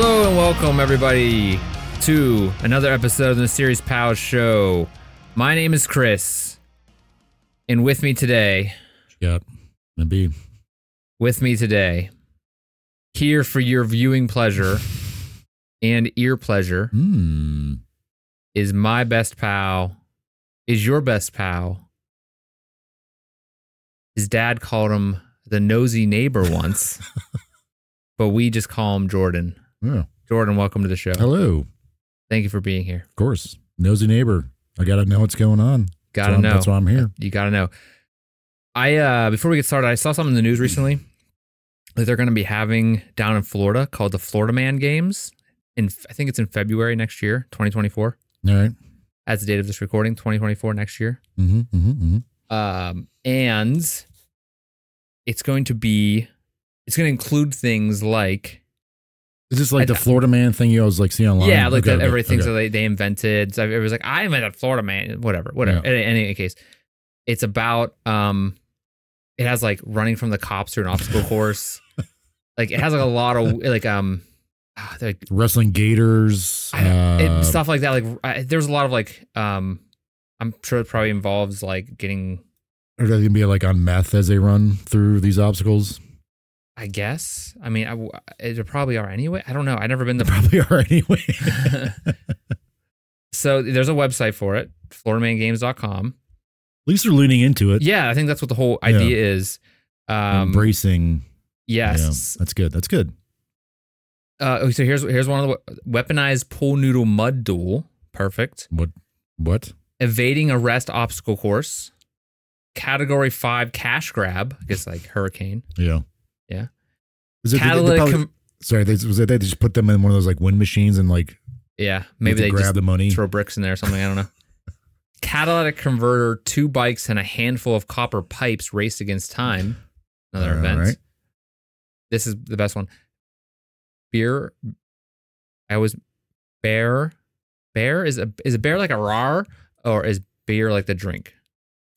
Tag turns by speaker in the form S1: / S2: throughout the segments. S1: Welcome, everybody, to another episode of the Series Pals Show. My name is Chris, and with me today,
S2: Yep. Gonna be
S1: with me today, here for your viewing pleasure and ear pleasure,
S2: Hmm.
S1: is my best pal, is your best pal. His dad called him the nosy neighbor once, but we just call him Jordan.
S2: Yeah.
S1: Jordan, welcome to the show.
S2: Hello. Of
S1: Thank you for being here.
S2: course. Nosy neighbor. I gotta know what's going on.
S1: Gotta
S2: That's why-
S1: know.
S2: That's why I'm here.
S1: You gotta know. I uh before we get started, I saw something in the news recently that they're gonna be having down in Florida called the Florida Man Games. In I think it's in February next year, 2024.
S2: All right.
S1: As the date of this recording, 2024 next year.
S2: Mm-hmm, mm-hmm, mm-hmm.
S1: Um, and it's going to be it's gonna include things like
S2: Is this like
S1: I-
S2: the Florida man thing you always like see online?
S1: Yeah, like
S2: Okay,
S1: that
S2: okay,
S1: everything
S2: okay.
S1: that they, they invented. So it was like I invented Florida man, whatever, whatever. In, in any case, it's about um, it has like running from the cops through an obstacle course. like it has like a lot of like um, ah, like
S2: Wrestling gators.
S1: I don't-
S2: uh,
S1: it, stuff like that. Like I, there's a lot of like um, I'm sure it probably involves like getting.
S2: Are they gonna be like on meth as they run through these obstacles?
S1: I guess. I mean, I w it probably are anyway. I don't know. I've never been
S2: They
S1: the
S2: probably are anyway. At
S1: so there's a website for it, floridamangames.com.
S2: least they're leaning into it.
S1: Yeah, I think that's what the whole
S2: Yeah.
S1: idea is. Um,
S2: Embracing. Yeah,
S1: Yes.
S2: that's good. That's good.
S1: Uh, oh, so here's here's one of the we- weaponized pool noodle mud duel. Perfect.
S2: What? What?
S1: Evading arrest obstacle course. Category five cash grab. I guess like hurricane.
S2: Yeah.
S1: Yeah.
S2: Is it, they- they
S1: Catalytic.
S2: probably-
S1: com-
S2: sorry, they, was it, they just put them in one of those like wind machines and like
S1: yeah, maybe they
S2: grab
S1: just
S2: the money.
S1: throw bricks in there or something. I don't know. Catalytic converter, two bikes, and a handful of copper pipes race against time. Another
S2: All
S1: event.
S2: right.
S1: This is the best one. Beer. I was bear. Bear is a is a bear like a rar or is beer like the drink?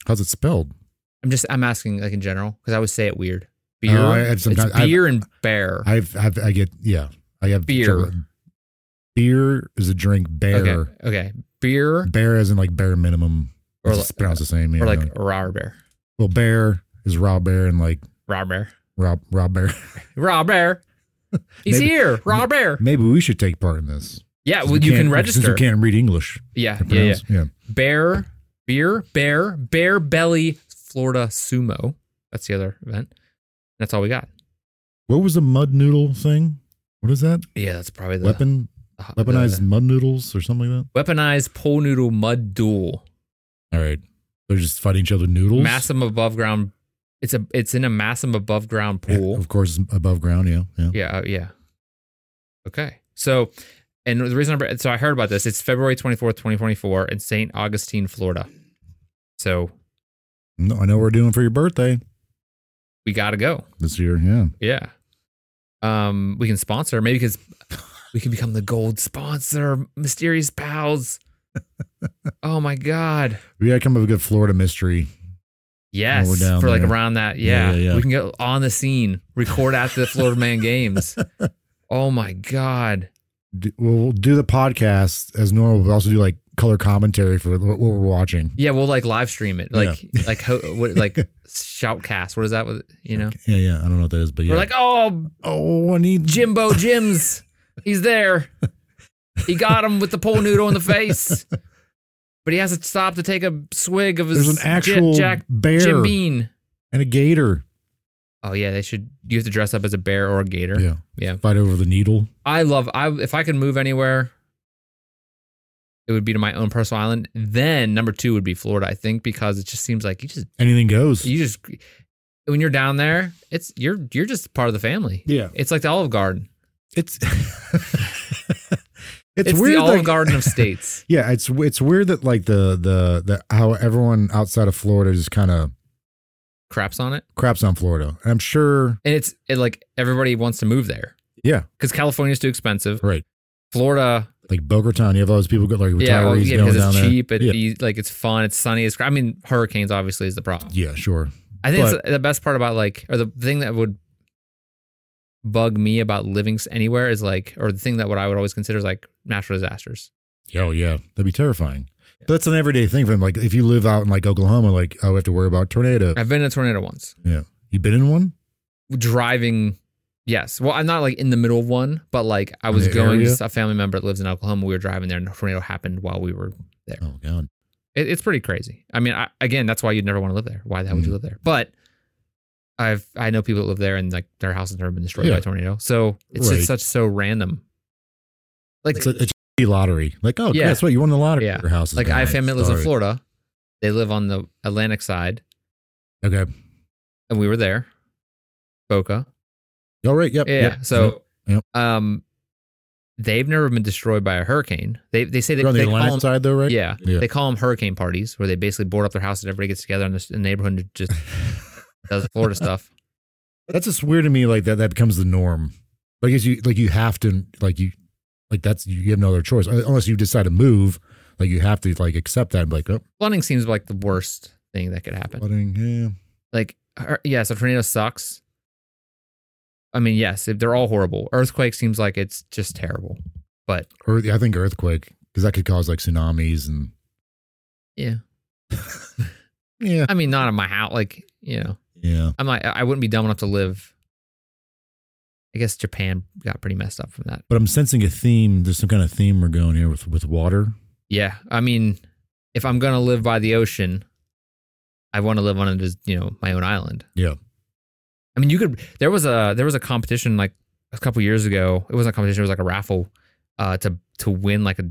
S2: How's it spelled?
S1: I'm just I'm asking like in general because I always say it weird. Beer.
S2: I- I
S1: it's
S2: sometimes- I've-
S1: beer and bear.
S2: I've, I've I get yeah. I have
S1: Beer.
S2: trouble. Beer is a drink. Bear.
S1: okay. Okay. Beer
S2: Bear isn't like bare minimum.
S1: Or
S2: Or it's
S1: like-
S2: pronounced the same. Yeah,
S1: or like
S2: no.
S1: rar bear.
S2: well, bear is raw bear and like
S1: Rar bear.
S2: raw raw bear.
S1: Raw bear. He's
S2: Maybe-
S1: here. Raw bear.
S2: Maybe we should take part in this.
S1: Yeah.
S2: Since
S1: Well,
S2: we
S1: you can
S2: can't- Since
S1: register.
S2: we can't read English.
S1: Yeah.
S2: and
S1: Yeah. Yeah.
S2: pronounce- yeah.
S1: Bear, beer, bear, bear belly, Florida sumo. That's the other event. That's all we got.
S2: What was the mud noodle thing? What is that?
S1: Yeah, that's probably the
S2: Weapon
S1: the-
S2: weaponized mud noodles or something like
S1: the- weaponized pole noodle mud duel.
S2: that. All right. They're just fighting each other noodles.
S1: Massive above ground. It's a it's in a massive above ground
S2: Yeah,
S1: pool.
S2: Of course, above ground. Yeah. Yeah.
S1: Yeah, uh, yeah. Okay. So, and the reason I so I heard about this, it's February 24th, 2024 in St. Augustine, Florida. So,
S2: No, I know what we're doing for your birthday
S1: we got to go.
S2: this year. Yeah.
S1: Yeah. Um we can sponsor maybe cuz we can become the gold sponsor mysterious pals. Oh my god.
S2: We gotta come up with a good Florida mystery.
S1: Yes.
S2: we're down
S1: for like
S2: there.
S1: around that. Yeah.
S2: Yeah, yeah, yeah.
S1: We can get on the scene, record after the Florida Man games. Oh my god.
S2: do, we'll do the podcast as normal, but also do like color commentary for what we're watching.
S1: Yeah, we'll like live stream it. Like like ho- what like shoutcast. What is that with you know?
S2: Yeah, yeah. I don't know what that is, but yeah.
S1: We're like, "Oh,
S2: oh, I need
S1: Jimbo Jim's. He's there. He got him with the pole noodle in the face. But he has to stop to take a swig of his
S2: There's an actual
S1: J- Jack
S2: bear
S1: Jim Bean.
S2: and a gator.
S1: Oh yeah, they should. You have to dress up as a bear or a gator.
S2: Yeah,
S1: Yeah.
S2: Fight over the needle.
S1: I love. I if I could move anywhere, it would be to my own personal island. Then number two would be Florida, I think, because it just seems like you just
S2: Anything goes.
S1: you just when you're down there, it's you're you're just part of the family.
S2: Yeah,
S1: It's like the Olive Garden.
S2: it's it's,
S1: It's,
S2: weird.
S1: the Olive
S2: like-
S1: Garden of states.
S2: Yeah, it's it's weird that like the the the how everyone outside of Florida just kind of
S1: Craps on it.
S2: craps on Florida. I'm sure.
S1: and it's it, like everybody wants to move there.
S2: Yeah.
S1: because California's too expensive.
S2: Right.
S1: Florida,
S2: Like Boca Town, you have all those people go like retirees
S1: yeah, well, yeah,
S2: going
S1: because
S2: down
S1: it's
S2: there.
S1: cheap. It,
S2: Yeah.
S1: you- like it's fun. It's sunny. It's I mean, hurricanes obviously is the problem.
S2: Yeah, sure.
S1: I think it's the best part about like, or the thing that would bug me about living s- anywhere is like, or the thing that what I would always consider is like natural disasters.
S2: Oh yeah, that'd be terrifying. But that's an everyday thing for them. Like if you live out in like Oklahoma, like oh, we have to worry about tornado.
S1: I've been in a tornado once.
S2: You been in one?
S1: Driving, yes. Well, I'm not like in the middle of one, but like I was
S2: The
S1: going
S2: area?
S1: to a family member that lives in Oklahoma. We were driving there, and a tornado happened while we were.
S2: Oh god.
S1: It, it's pretty crazy. I mean, I, again, that's why you'd never want to live there. Why the hell would you
S2: Mm-hmm.
S1: live there? But I've I know people that live there, and like their house has never been destroyed by
S2: Yeah.
S1: a tornado. So it's
S2: Right.
S1: just such so random. Like
S2: It's a, it's a lottery. Like oh,
S1: Yeah.
S2: yeah. guess what? You won the lottery.
S1: Yeah.
S2: Your house. is
S1: like I have
S2: gone.
S1: family that lives in
S2: Sorry.
S1: Florida. They live on the Atlantic side,
S2: Okay.
S1: and we were there, Boca.
S2: All right. Yep.
S1: Yeah.
S2: Yep.
S1: So,
S2: Yep.
S1: um, they've never been destroyed by a hurricane. They they say they,
S2: you're on the
S1: they call
S2: Atlantic
S1: them,
S2: side though, right?
S1: yeah,
S2: Yeah.
S1: they call them hurricane parties, where they basically board up their house and everybody gets together in this neighborhood and just does Florida stuff.
S2: That's just weird to me. Like that. That becomes the norm. But I guess you like you have to like you like that's you have no other choice uh, unless you decide to move. Like you have to like accept that and be like oh
S1: Flooding seems like the worst thing that could happen.
S2: flooding yeah
S1: Like, hur- yes, a tornado sucks. I mean, yes, if they're all horrible. Earthquake seems like it's just terrible. But
S2: or I think earthquake because that could cause like tsunamis and
S1: Yeah.
S2: yeah
S1: I mean, not in my house. Like, you know,
S2: yeah
S1: I'm like, I I wouldn't be dumb enough to live. I guess Japan got pretty messed up from that.
S2: But I'm sensing a theme. There's some kind of theme we're going here with with water.
S1: Yeah, I mean, if I'm gonna live by the ocean, I want to live on a just you know my own island.
S2: Yeah.
S1: I mean, you could. There was a there was a competition like a couple years ago. It wasn't a competition. It was like a raffle uh, to to win like a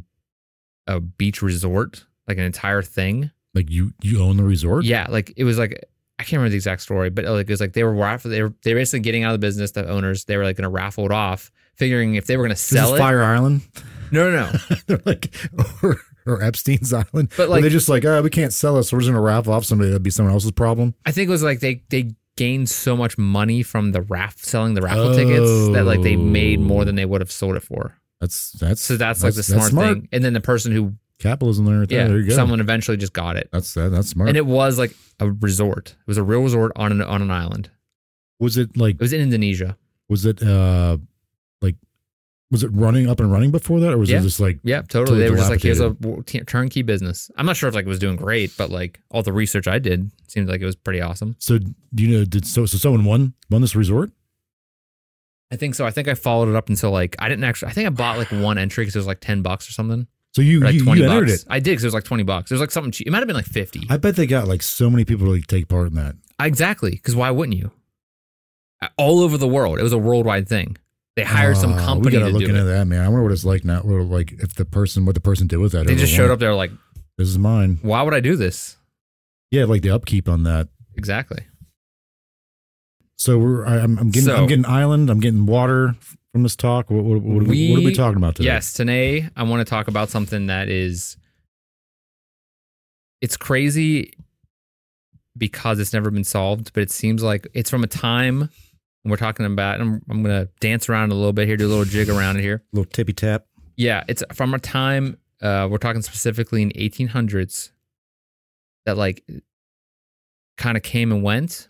S1: a beach resort, like an entire thing.
S2: Like you you own the resort.
S1: Yeah, like it was like I can't remember the exact story, but like it was like they were raffle. They were they were basically getting out of the business. The owners they were like gonna raffle it off, figuring if they were gonna
S2: This
S1: sell
S2: is
S1: it.
S2: Fire Island.
S1: No, no, no.
S2: They're like or, or Epstein's Island.
S1: But
S2: Like,
S1: like
S2: they just like oh, we can't sell it, so we're just gonna raffle off somebody. That'd be someone else's problem.
S1: I think it was like they they gained so much money from the raff selling the raffle tickets that like they made more than they would have sold it for.
S2: That's that's
S1: So that's, like the smart, thing. And then the person who
S2: Capitalism there. right there.
S1: yeah,
S2: there you go.
S1: someone eventually just got it.
S2: that's that, that's smart.
S1: And it was like a resort. It was a real resort on an on an island.
S2: was it like
S1: It was in Indonesia.
S2: was it uh like was it running up and running before that, or was
S1: Yeah.
S2: it just like
S1: Yeah, totally. they
S2: Totally
S1: were just like, here's a w- t- turnkey business. I'm not sure if like it was doing great, but like all the research I did seemed like it was pretty awesome.
S2: so? Do you know? Did so so someone won won this resort?
S1: I think so. I think I followed it up until like I didn't actually. I think I bought like one entry because it was like ten bucks or something.
S2: So you
S1: or, like
S2: you,
S1: twenty
S2: you entered
S1: bucks.
S2: it.
S1: I did because it was like twenty bucks. It was like something cheap. It might have been like fifty.
S2: I bet they got like so many people to like, take part in that.
S1: exactly. Because why wouldn't you? Uh, All over the world. It was a worldwide thing. They hired some
S2: Ah,
S1: company
S2: We gotta
S1: to
S2: look
S1: do
S2: into
S1: it.
S2: that, man. I wonder what it's like now. What, like if the person, what the person did with that.
S1: They
S2: whoever
S1: just showed
S2: won.
S1: up there like,
S2: This is mine.
S1: why would I do this?
S2: Yeah, like the upkeep on that.
S1: Exactly.
S2: So we're. I, I'm, I'm getting.
S1: So-
S2: I'm getting island. I'm getting water from this talk. What, what, what, are we, what are we
S1: We-
S2: talking about today?
S1: Yes, today I want to talk about something that is it's crazy because it's never been solved, but it seems like it's from a time and we're talking about I'm I'm gonna dance around a little bit here, do a little jig around it here.
S2: Little tippy tap.
S1: Yeah, it's from a time uh we're talking specifically in 1800s that like kind of came and went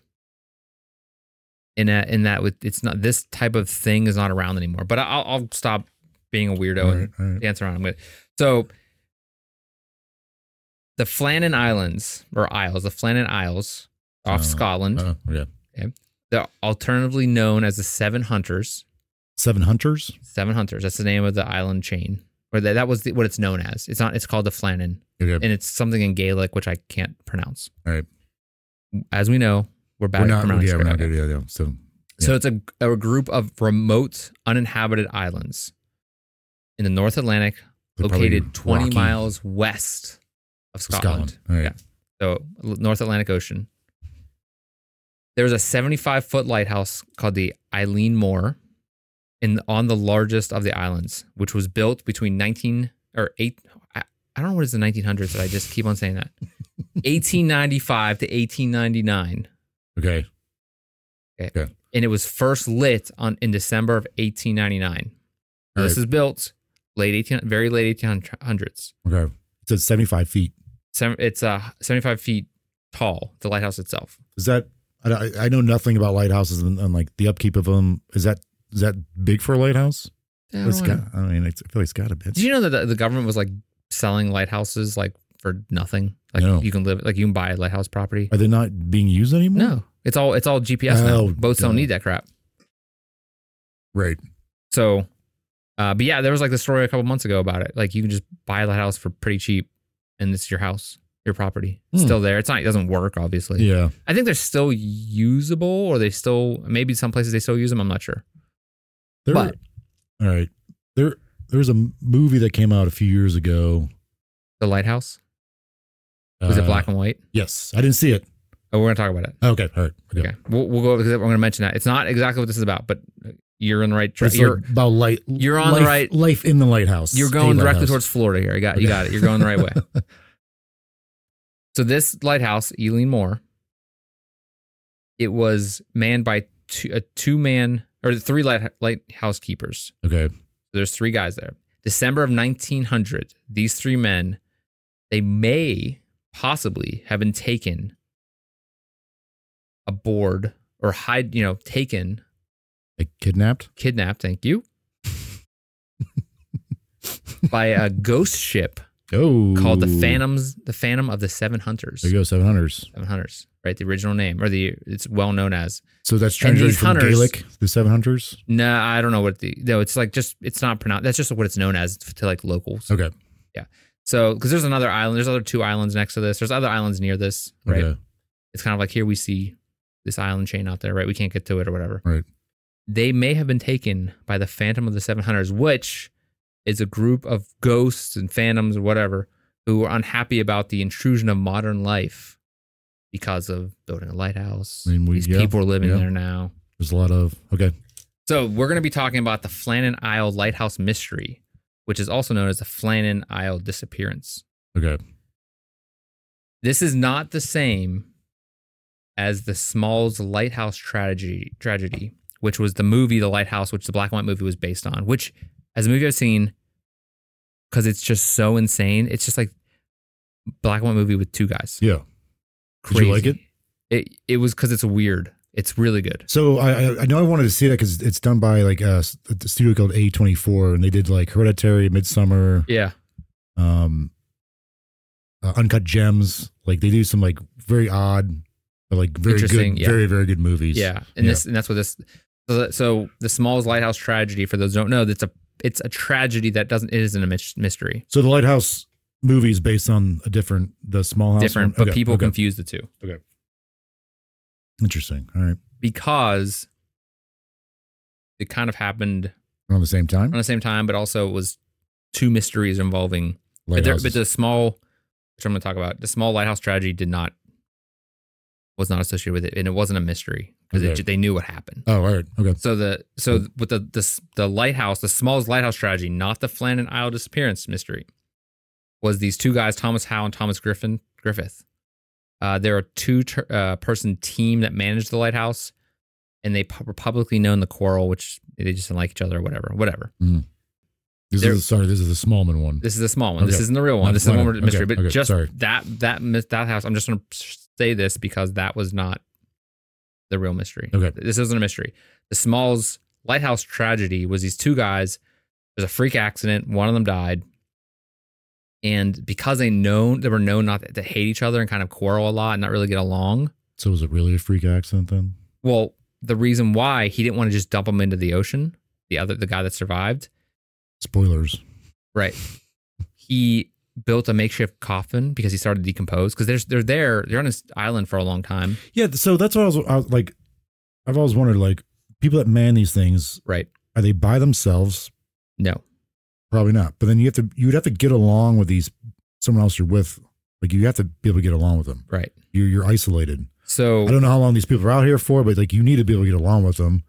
S1: in a, in that with it's not this type of thing is not around anymore. But I'll I'll stop being a weirdo
S2: All
S1: and
S2: right, all right.
S1: dance around with. So the Flannan Islands or Isles, the Flannan Isles off
S2: Uh,
S1: Scotland,
S2: Oh, yeah.
S1: they're alternatively known as the Seven Hunters.
S2: Seven hunters.
S1: Seven Hunters. That's the name of the island chain, or that, that was the, what it's known as. It's not. It's called the Flannan,
S2: Okay.
S1: and it's something in Gaelic which I can't pronounce.
S2: All right.
S1: As we know, we're bad
S2: We're
S1: at
S2: not.
S1: pronouncing.
S2: Yeah, we're not
S1: okay.
S2: good. Yeah, yeah. So
S1: So it's a, a group of remote, uninhabited islands in the North Atlantic
S2: they're probably
S1: located 20
S2: rocky
S1: miles west of Scotland.
S2: Scotland. All right.
S1: Yeah. So, l- North Atlantic Ocean. There's a 75 foot lighthouse called the Eileen Moore in, on the largest of the islands, which was built between 19 or 8. I, I don't know what is the 1900s that I just keep on saying that. 1895 to 1899.
S2: Okay.
S1: And it was first lit on in December of 1899. So
S2: All
S1: This
S2: right.
S1: is built late 18, very late 1800s.
S2: Okay. It said 75 feet.
S1: Seven, it's uh, 75 feet tall, the lighthouse itself.
S2: Is that? I, I know nothing about lighthouses and, and like the upkeep of them. Is that is that big for a lighthouse?
S1: I don't
S2: It's
S1: wanna-
S2: got, I mean, it's, I feel like it's got a bit.
S1: Did you know that the, the government was like selling lighthouses like for nothing? Like
S2: No.
S1: you can live, like you can buy a lighthouse property.
S2: Are they not being used anymore?
S1: No, it's all it's all GPS now.
S2: Oh,
S1: Boats don't
S2: duh.
S1: need that crap.
S2: Right.
S1: So, uh, but yeah, there was like the story a couple months ago about it. Like you can just buy the house for pretty cheap, and it's your house, your property, It's
S2: Hmm.
S1: still there. It's not, it doesn't work, obviously.
S2: Yeah.
S1: I think they're still usable, or they still maybe some places they still use them. I'm not sure.
S2: There,
S1: But-
S2: all right. There, there was a m- movie that came out a few years ago.
S1: The lighthouse was
S2: Uh,
S1: it black and white?
S2: Yes. I didn't see it.
S1: Oh, we're gonna talk about it.
S2: Okay. All right. Okay.
S1: Okay, we'll, we'll go because I'm gonna mention that it's not exactly what this is about, but you're in the right track.
S2: It's
S1: You're
S2: like about light.
S1: you're on the
S2: life-
S1: right-
S2: Life in the lighthouse.
S1: You're
S2: A
S1: going directly
S2: lighthouse.
S1: towards Florida here. I got you.
S2: Okay.
S1: Got it. You're going the right way. so this lighthouse, Eileen Moore, it was manned by two, a two man or three light, lighthouse keepers.
S2: Okay.
S1: There's three guys there. December of 1900, these three men, they may possibly have been taken aboard or hide, you know, taken
S2: Like kidnapped.
S1: kidnapped, thank you, by a ghost ship
S2: Oh.
S1: called the Phantoms, the Phantom of the Seven Hunters.
S2: There you go. Seven hunters.
S1: Seven Hunters, right? The original name, or the it's well known as.
S2: So that's
S1: And
S2: translated
S1: these
S2: from
S1: hunters-
S2: Gaelic. The seven hunters.
S1: No, I don't know what the no. It's like just it's not pronounced. That's just what it's known as to like locals.
S2: Okay.
S1: So because there's another island, there's other two islands next to this. There's other islands near this, right?
S2: Okay.
S1: It's kind of like here we see this island chain out there, right? We can't get to it or whatever.
S2: Right.
S1: They may have been taken by the Phantom of the Seven Hunters, which is a group of ghosts and phantoms or whatever who are unhappy about the intrusion of modern life because of building a lighthouse.
S2: I mean, we-
S1: These
S2: yeah,
S1: people are living
S2: yeah.
S1: there now.
S2: There's a lot of. Okay.
S1: So we're going to be talking about the Flannan Isle Lighthouse Mystery, which is also known as the Flannan Isle Disappearance.
S2: Okay.
S1: This is not the same as the Smalls Lighthouse tragedy, tragedy, which was the movie The Lighthouse, which the black and white movie was based on. Which, as a movie I've seen, because it's just so insane. It's just like black and white movie with two guys.
S2: Yeah. Did
S1: Crazy.
S2: you like it?
S1: It it was because it's weird. It's really good.
S2: So I I- I know I wanted to see that because it's done by like a, s- a studio called A twenty four, and they did like Hereditary, Midsummer,
S1: Yeah,
S2: um, uh, Uncut Gems. Like they do some like very odd, but like very
S1: Interesting,
S2: good,
S1: yeah.
S2: very very good movies.
S1: yeah. And
S2: Yeah.
S1: this and that's what this. So, the- so the Smalls Lighthouse tragedy, for those who don't know, that's a it's a tragedy that doesn't it isn't a mys- mystery.
S2: So the Lighthouse movie is based on a different, the Small House.
S1: Different,
S2: one?
S1: but
S2: Okay,
S1: people
S2: okay.
S1: confuse the two.
S2: Interesting. All right,
S1: because it kind of happened
S2: around the same time.
S1: around the same time, but also it was two mysteries involving. But, there,
S2: Lighthouses.
S1: but the small, which I'm going to talk about, the small lighthouse tragedy did not was not associated with it, and it wasn't a mystery because
S2: Okay.
S1: they knew what happened.
S2: oh, all right. Okay.
S1: So the so with the the the lighthouse, the Smalls lighthouse tragedy, not the Flannan Isle disappearance mystery, was these two guys, Thomas Howe and Thomas Griffin Griffith. Uh, they're a two ter- uh, person team that managed the lighthouse, and they pu- were publicly known the quarrel, which they just didn't like each other or whatever, whatever.
S2: This
S1: there-
S2: is the, sorry. This is the Smallman one.
S1: This is a small one. This
S2: Okay.
S1: isn't the real one.
S2: Not
S1: This is the one
S2: Flannan.
S1: with the mystery.
S2: Okay,
S1: But
S2: okay,
S1: just
S2: sorry.
S1: that that mis- that house. I'm just going to say this because that was not the real mystery.
S2: Okay.
S1: this isn't a mystery. The Smalls lighthouse tragedy was these two guys. There's a freak accident. One of them died, and because they known they were known not to hate each other and kind of quarrel a lot and not really get along.
S2: so was it really a freak accident then?
S1: Well, the reason why he didn't want to just dump them into the ocean, the other the guy that survived,
S2: Spoilers.
S1: Right. He built a makeshift coffin because he started to decompose because they're, they're there. They're on this island for a long time.
S2: Yeah, so that's what I was, I was like. I've always wondered, like, people that man these things,
S1: Right.
S2: are they by themselves?
S1: No.
S2: Probably not. But then you have to, you would have to get along with these someone else you're with. Like, you have to be able to get along with them.
S1: Right.
S2: You're you're isolated.
S1: So
S2: I don't know how long these people are out here for, but like, you need to be able to get along with them.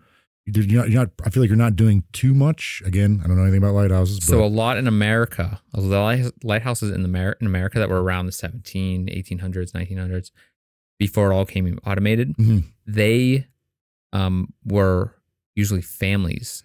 S2: You're not, you're not. I feel like you're not doing too much. Again, I don't know anything about lighthouses, but
S1: so a lot in America, a lot of lighthouses in, Amer- in America that were around the 17, 1800s, 1900s, before it all came
S2: Mm-hmm.
S1: automated,
S2: Mhm.
S1: they um, were usually families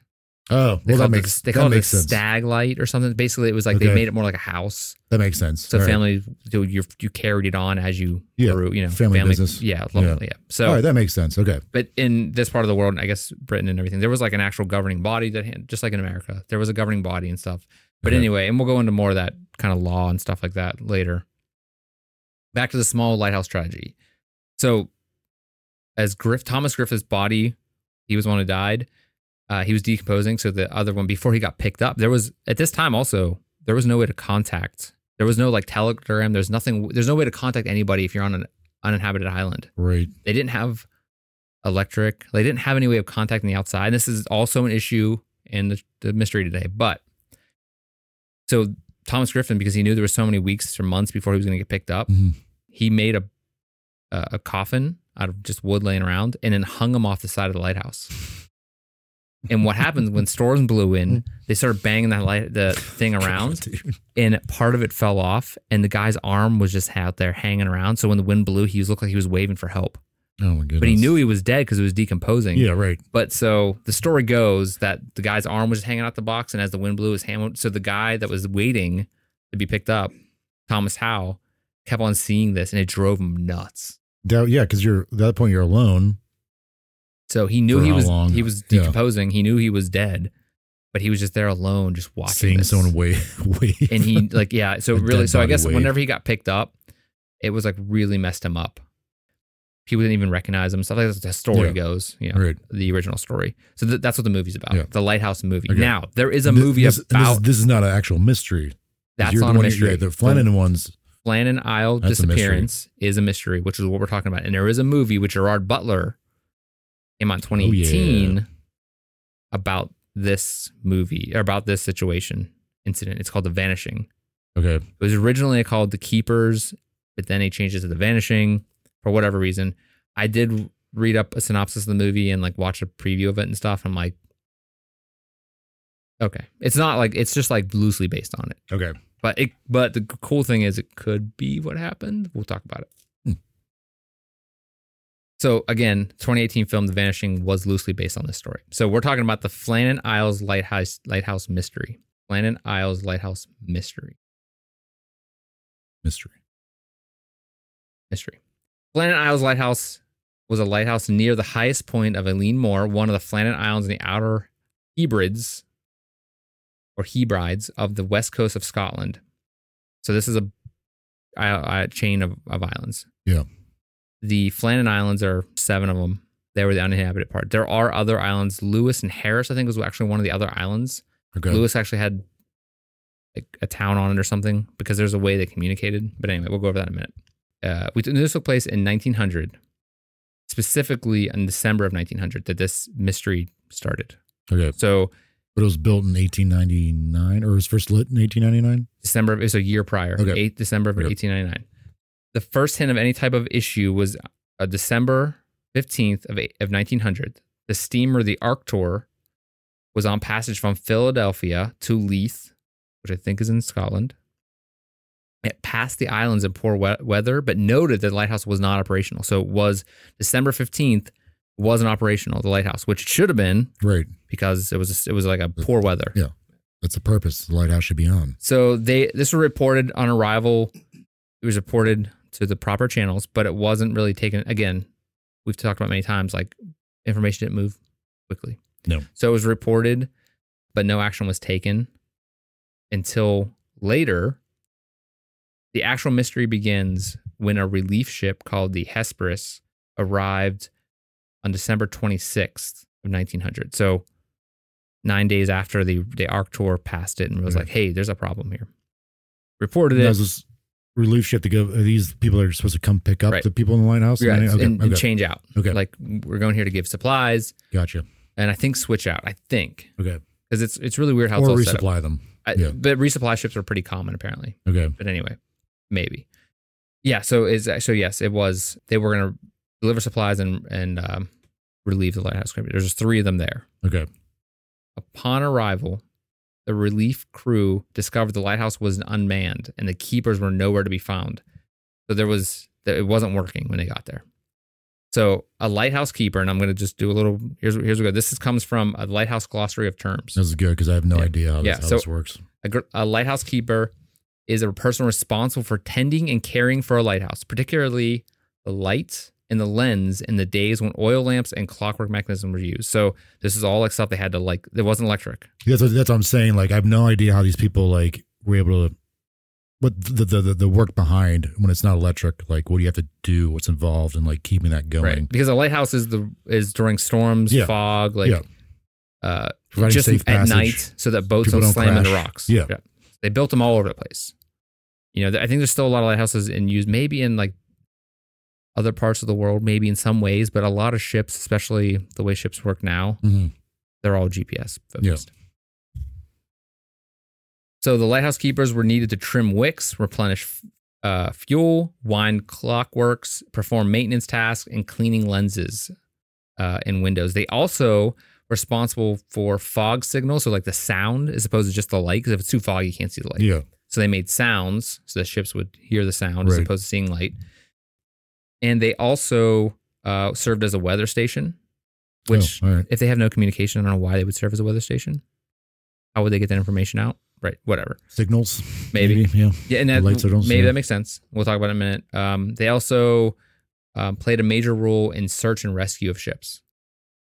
S2: Oh,
S1: They
S2: well, that
S1: called it the-
S2: makes
S1: they
S2: that
S1: called it a
S2: makes sense.
S1: stag light or something. Basically, it was like they
S2: Okay.
S1: made it more like a house.
S2: that makes sense.
S1: So
S2: All right.
S1: family, so you you carried it on as you
S2: Yeah.
S1: grew. You know,
S2: Family business.
S1: Yeah, love
S2: Yeah.
S1: it, yeah. So,
S2: All right, that makes sense. Okay.
S1: but in this part of the world, and I guess Britain and everything, there was like an actual governing body that, hand- just like in America, there was a governing body and stuff. But
S2: Okay.
S1: anyway, and we'll go into more of that kind of law and stuff like that later. Back to the small lighthouse tragedy. So, as Griff Thomas Griffith's body, he was the one who died. Uh, he was decomposing. So the other one before he got picked up, there was at this time also there was no way to contact. There was no like telegram. There's nothing. There's no way to contact anybody if you're on an uninhabited island
S2: Right.
S1: they didn't have electric they didn't have any way of contacting the outside and this is also an issue in the, the mystery today but so thomas griffin because he knew there were so many weeks or months before he was going to get picked up
S2: Mhm.
S1: he made a, a a coffin out of just wood laying around and then hung him off the side of the lighthouse and what happened when storms blew in they started banging that light the thing around
S2: God, dude.
S1: and part of it fell off and the guy's arm was just out there hanging around so when the wind blew he was looked like he was waving for help
S2: Oh my goodness.
S1: but he knew he was dead because it was decomposing.
S2: Yeah. Right.
S1: But so the story goes that the guy's arm was just hanging out the box, and as the wind blew, his hand. went- So the guy that was waiting to be picked up, Thomas Howe, kept on seeing this, and it drove him nuts.
S2: Doubt. Yeah, because you're at that point you're alone.
S1: So he knew
S2: For
S1: he
S2: how
S1: was
S2: long?
S1: he was
S2: Yeah.
S1: decomposing. He knew he was dead, but he was just there alone, just watching.
S2: seeing
S1: this.
S2: someone wave, wave.
S1: and he like yeah so
S2: A
S1: really
S2: dead
S1: so i
S2: body
S1: guess
S2: wave.
S1: whenever he got picked up it was like really messed him up people didn't even recognize him stuff like that's the story
S2: Yeah.
S1: goes you know
S2: Right.
S1: the original story so th- that's what the movie's about
S2: Yeah.
S1: the lighthouse movie
S2: Okay.
S1: now there is a
S2: Th-
S1: movie
S2: this, and
S1: about
S2: this, is, this is not an actual mystery. 'Cause
S1: that's
S2: you're
S1: on
S2: the
S1: a
S2: one,
S1: mystery
S2: Yeah, the Flannan ones.
S1: Flannan Isle
S2: That's a mystery.
S1: disappearance is a mystery, which is what we're talking about. And there is a movie with Gerard Butler came out in
S2: Oh, yeah.
S1: 2018 about this movie or about this situation incident. It's called The Vanishing.
S2: Okay.
S1: It was originally called The Keepers, but then they changed it to The Vanishing for whatever reason. I did read up a synopsis of the movie and like watch a preview of it and stuff. I'm like, okay, it's not like it's just like loosely based on it.
S2: Okay.
S1: But it, but the cool thing is, it could be what happened. We'll talk about it.
S2: Hmm.
S1: So again, 2018 film The Vanishing was loosely based on this story. So we're talking about the Flannan Isles lighthouse lighthouse mystery. Flannan Isles lighthouse mystery
S2: Mystery.
S1: mystery. Flannan Isles Lighthouse was a lighthouse near the highest point of Eileen Moore, one of the Flannan Islands in the outer Hebrides or Hebrides of the west coast of Scotland. So this is a, a, a chain of, of islands.
S2: Yeah.
S1: The Flannan Islands are seven of them. They were the uninhabited part. There are other islands. Lewis and Harris, I think, was actually one of the other islands.
S2: Okay.
S1: Lewis actually had like a town on it or something because there's a way they communicated. But anyway, we'll go over that in a minute. Uh, we, this took place in 1900, specifically in December of 1900 that this mystery started.
S2: Okay.
S1: So
S2: But it was built in 1899, or it was first lit in 1899.
S1: December of, it's a year prior,
S2: Okay.
S1: 8th December of
S2: Yep.
S1: 1899. The first hint of any type of issue was uh, December 15th of, eight, of 1900. The steamer, the Arctur, was on passage from Philadelphia to Leith, which I think is in Scotland. It passed the islands in poor we- weather, but noted that the lighthouse was not operational. So it was December 15th wasn't operational, the lighthouse, which it should have been
S2: Right.
S1: because it was it was like
S2: Mm.
S1: a poor weather.
S2: That's the purpose. The lighthouse should be on.
S1: So they this was reported on arrival. It was reported to the proper channels, but it wasn't really taken. Again, we've talked about many times like information didn't move quickly.
S2: No.
S1: So it was reported, but no action was taken until later. The actual mystery begins when a relief ship called the Hesperus arrived on December 26th of 1900. So nine days after the, the Arctur passed it and was
S2: Yeah.
S1: like, hey, there's a problem here. Reported
S2: That
S1: it.
S2: was this relief ship to go. are These people are supposed to come pick up
S1: Right.
S2: the people in the lighthouse.
S1: Yeah,
S2: Okay.
S1: and, and
S2: okay.
S1: change out.
S2: okay.
S1: Like we're going here to give supplies,
S2: gotcha.
S1: and I think switch out. I think
S2: Okay.
S1: because it's it's really weird how
S2: Or
S1: it's all set up.
S2: resupply them.
S1: I-
S2: yeah.
S1: But resupply ships are pretty common apparently.
S2: Okay.
S1: But anyway, maybe. Yeah. So is so yes, it was. They were going to deliver supplies and and um, relieve the lighthouse company. There's just three of them there.
S2: Okay.
S1: Upon arrival, the relief crew discovered the lighthouse was unmanned and the keepers were nowhere to be found. So there was it wasn't working when they got there. So a lighthouse keeper, and I'm going to just do a little. Here's here's what we go. This is, comes from a lighthouse glossary of terms.
S2: This is good because I have no
S1: Yeah.
S2: idea how, this,
S1: Yeah,
S2: how
S1: so-
S2: this works.
S1: A, gr- a lighthouse keeper is a person responsible for tending and caring for a lighthouse, particularly the lights and the lens in the days when oil lamps and clockwork mechanism were used. So this is all like stuff they had to like. It wasn't electric.
S2: That's what, that's what I'm saying. Like I have no idea how these people like were able to. What the, the the the work behind when it's not electric? Like what do you have to do? What's involved in like keeping that going?
S1: Right. Because a lighthouse is the is during storms,
S2: Yeah.
S1: fog, like
S2: Yeah.
S1: uh
S2: Providing
S1: just
S2: safe
S1: at
S2: passage.
S1: night so that boats
S2: People
S1: don't,
S2: don't
S1: slam into
S2: crash.
S1: rocks.
S2: Yeah.
S1: They built them all over the place. You know, th- I think there's still a lot of lighthouses in use, maybe in like other parts of the world, maybe in some ways, but a lot of ships, especially the way ships work now,
S2: Mhm.
S1: they're all GPS focused. So the lighthouse keepers were needed to trim wicks, replenish uh, fuel, wind clockworks, perform maintenance tasks, and cleaning lenses uh, in windows. They also responsible for fog signals, so like the sound as opposed to just the light. Because if it's too foggy, you can't see the light.
S2: Yeah.
S1: So they made sounds so the ships would hear the sound as
S2: Right.
S1: opposed to seeing light. And they also uh, served as a weather station, which
S2: Oh, all right.
S1: if they have no communication, I don't know why they would serve as a weather station. How would they get that information out? Right, whatever.
S2: signals.
S1: Maybe.
S2: Yeah.
S1: Yeah, and
S2: The
S1: that,
S2: lights are
S1: maybe
S2: don't see.
S1: that makes sense. We'll talk about it in a minute. Um, they also um, played a major role in search and rescue of ships,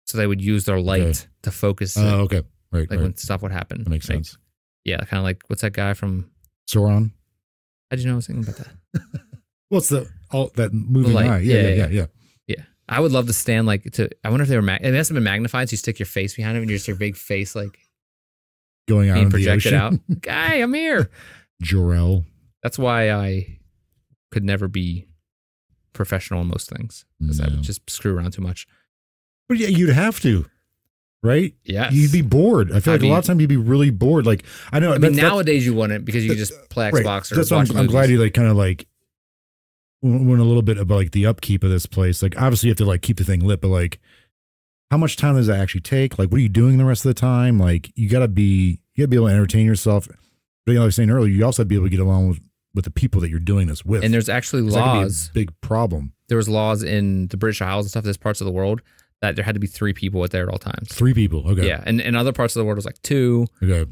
S1: so they would use their light
S2: Okay.
S1: to focus, it,
S2: Oh, okay. Right.
S1: like
S2: right.
S1: when stuff would happen.
S2: That makes
S1: Like,
S2: sense.
S1: Yeah, kind of like what's that guy from?
S2: Sauron.
S1: How'd you know I was thinking about that?
S2: What's the all that moving
S1: light.
S2: eye? Yeah,
S1: Yeah,
S2: yeah,
S1: yeah.
S2: yeah, yeah.
S1: I would love to stand like to. I wonder if they were. Mag- it must have been magnified. So you stick your face behind it, and you're just your big face like
S2: Going out
S1: being
S2: in the
S1: projected
S2: ocean.
S1: out. Guy, I'm here.
S2: Jorel.
S1: That's why I could never be professional in most things because I
S2: No.
S1: would just screw around too much.
S2: But yeah, you'd have to, right?
S1: Yeah,
S2: You'd be bored. I feel
S1: I
S2: like a lot of times you'd be really bored. Like I know.
S1: I mean,
S2: that's- that's-
S1: nowadays you wouldn't because you could
S2: that-
S1: just play
S2: right.
S1: Xbox
S2: That's
S1: or
S2: why
S1: watch
S2: I'm, I'm glad you like kind of like w- went a little bit about like the upkeep of this place. Like obviously you have to like keep the thing lit, but like how much time does that actually take? Like what are you doing the rest of the time? Like you gotta be you gotta be able to entertain yourself. But like I was saying earlier, you also have to be able to get along with, with the people that you're doing this with.
S1: And there's actually
S2: 'Cause that could be a
S1: laws.
S2: big problem.
S1: There was laws in the British Isles and stuff. There's parts of the world that there had to be three people at there at all times.
S2: Three people. Okay.
S1: Yeah, and in other parts of the world it was like two,
S2: Okay.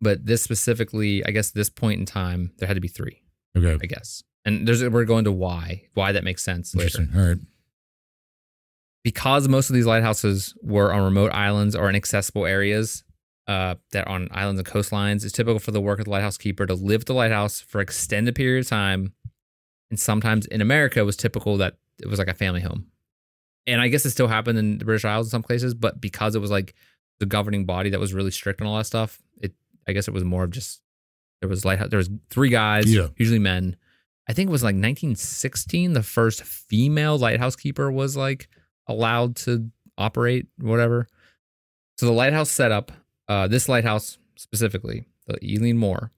S1: but this specifically, I guess, this point in time there had to be three.
S2: Okay.
S1: I guess, and there's we're going to why why that makes sense later.
S2: Interesting. All right.
S1: because most of these lighthouses were on remote islands or inaccessible areas uh, that are on islands and coastlines, it's typical for the work of the lighthouse keeper to live at the lighthouse for extended period of time. And sometimes in America, it was typical that it was like a family home. And I guess it still happened in the British Isles in some places, but because it was like the governing body that was really strict on all that stuff, it I guess it was more of just there was lighthouse there was three guys,
S2: Yeah.
S1: usually men. I think it was like 1916, the first female lighthouse keeper was like allowed to operate, whatever. So the lighthouse setup, uh, this lighthouse specifically, the Eileen Moore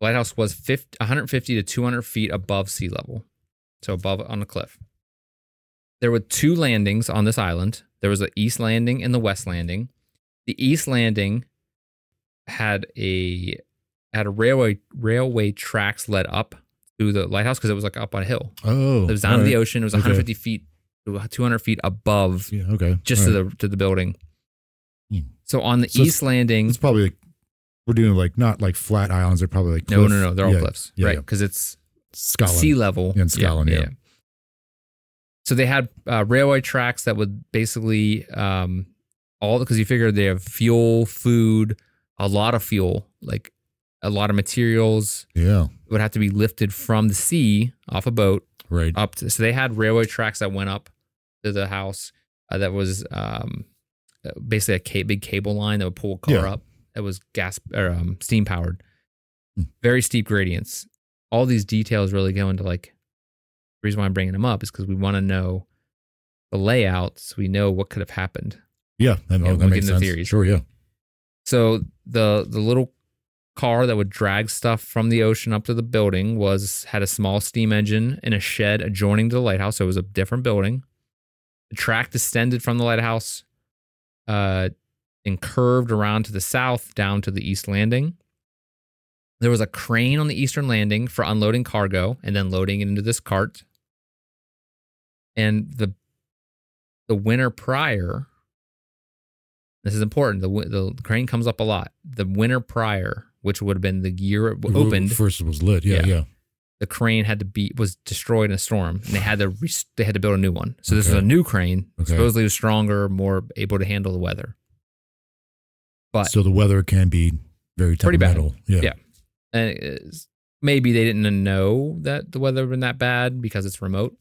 S1: lighthouse was 50, 150 to 200 feet above sea level, so above on the cliff. There were two landings on this island. There was the east landing and the west landing. The east landing had a had a railway railway tracks led up to the lighthouse because it was like up on a hill.
S2: Oh.
S1: It was down
S2: all
S1: to the
S2: right.
S1: ocean. It was
S2: Okay.
S1: 150 feet to 200 feet above
S2: Yeah. Okay.
S1: just
S2: All right.
S1: to the to the building.
S2: Hmm.
S1: So on the
S2: So it's-
S1: east landing,
S2: It's probably like we're doing like not like flat islands. They're probably like
S1: no,
S2: cliff-
S1: no, no, they're all
S2: yeah,
S1: cliffs,
S2: yeah,
S1: right?
S2: yeah.
S1: Because it's
S2: Scotland.
S1: sea level
S2: Yeah, in Scotland, yeah.
S1: So they had uh, railway tracks that would basically um, all because you figure they have fuel, food, a lot of fuel, like a lot of materials
S2: yeah.
S1: would have to be lifted from the sea off a boat
S2: Right.
S1: up to, so they had railway tracks that went up to the house uh, that was um, uh, basically a ca- big cable line that would pull a car
S2: Yeah.
S1: up that was gas or um, steam powered very steep gradients all these details really go into like the reason why i'm bringing them up is because we want to know the layout so we know what could have happened
S2: Yeah, that,
S1: Yeah,
S2: oh,
S1: we'll
S2: that
S1: get
S2: makes
S1: into
S2: sense.
S1: theories.
S2: Sure, yeah.
S1: so the the little car that would drag stuff from the ocean up to the building was had a small steam engine in a shed adjoining to the lighthouse. So it was a different building. The track descended from the lighthouse uh, and curved around to the south down to the east landing. There was a crane on the eastern landing for unloading cargo and then loading it into this cart. And the the winter prior. This is important. The wi- the crane comes up a lot. The winter prior, which would have been the year it w- opened,
S2: First it was lit. Yeah,
S1: Yeah.
S2: yeah.
S1: the crane had to be was destroyed in a storm, and they had to re- they had to build a new one. So this
S2: Okay.
S1: is a new crane,
S2: Okay.
S1: supposedly was stronger, more able to handle the weather. But
S2: So the weather can be very
S1: Pretty bad.
S2: temperamental. Yeah.
S1: Yeah. and it is- maybe they didn't know that the weather had been that bad because it's remote,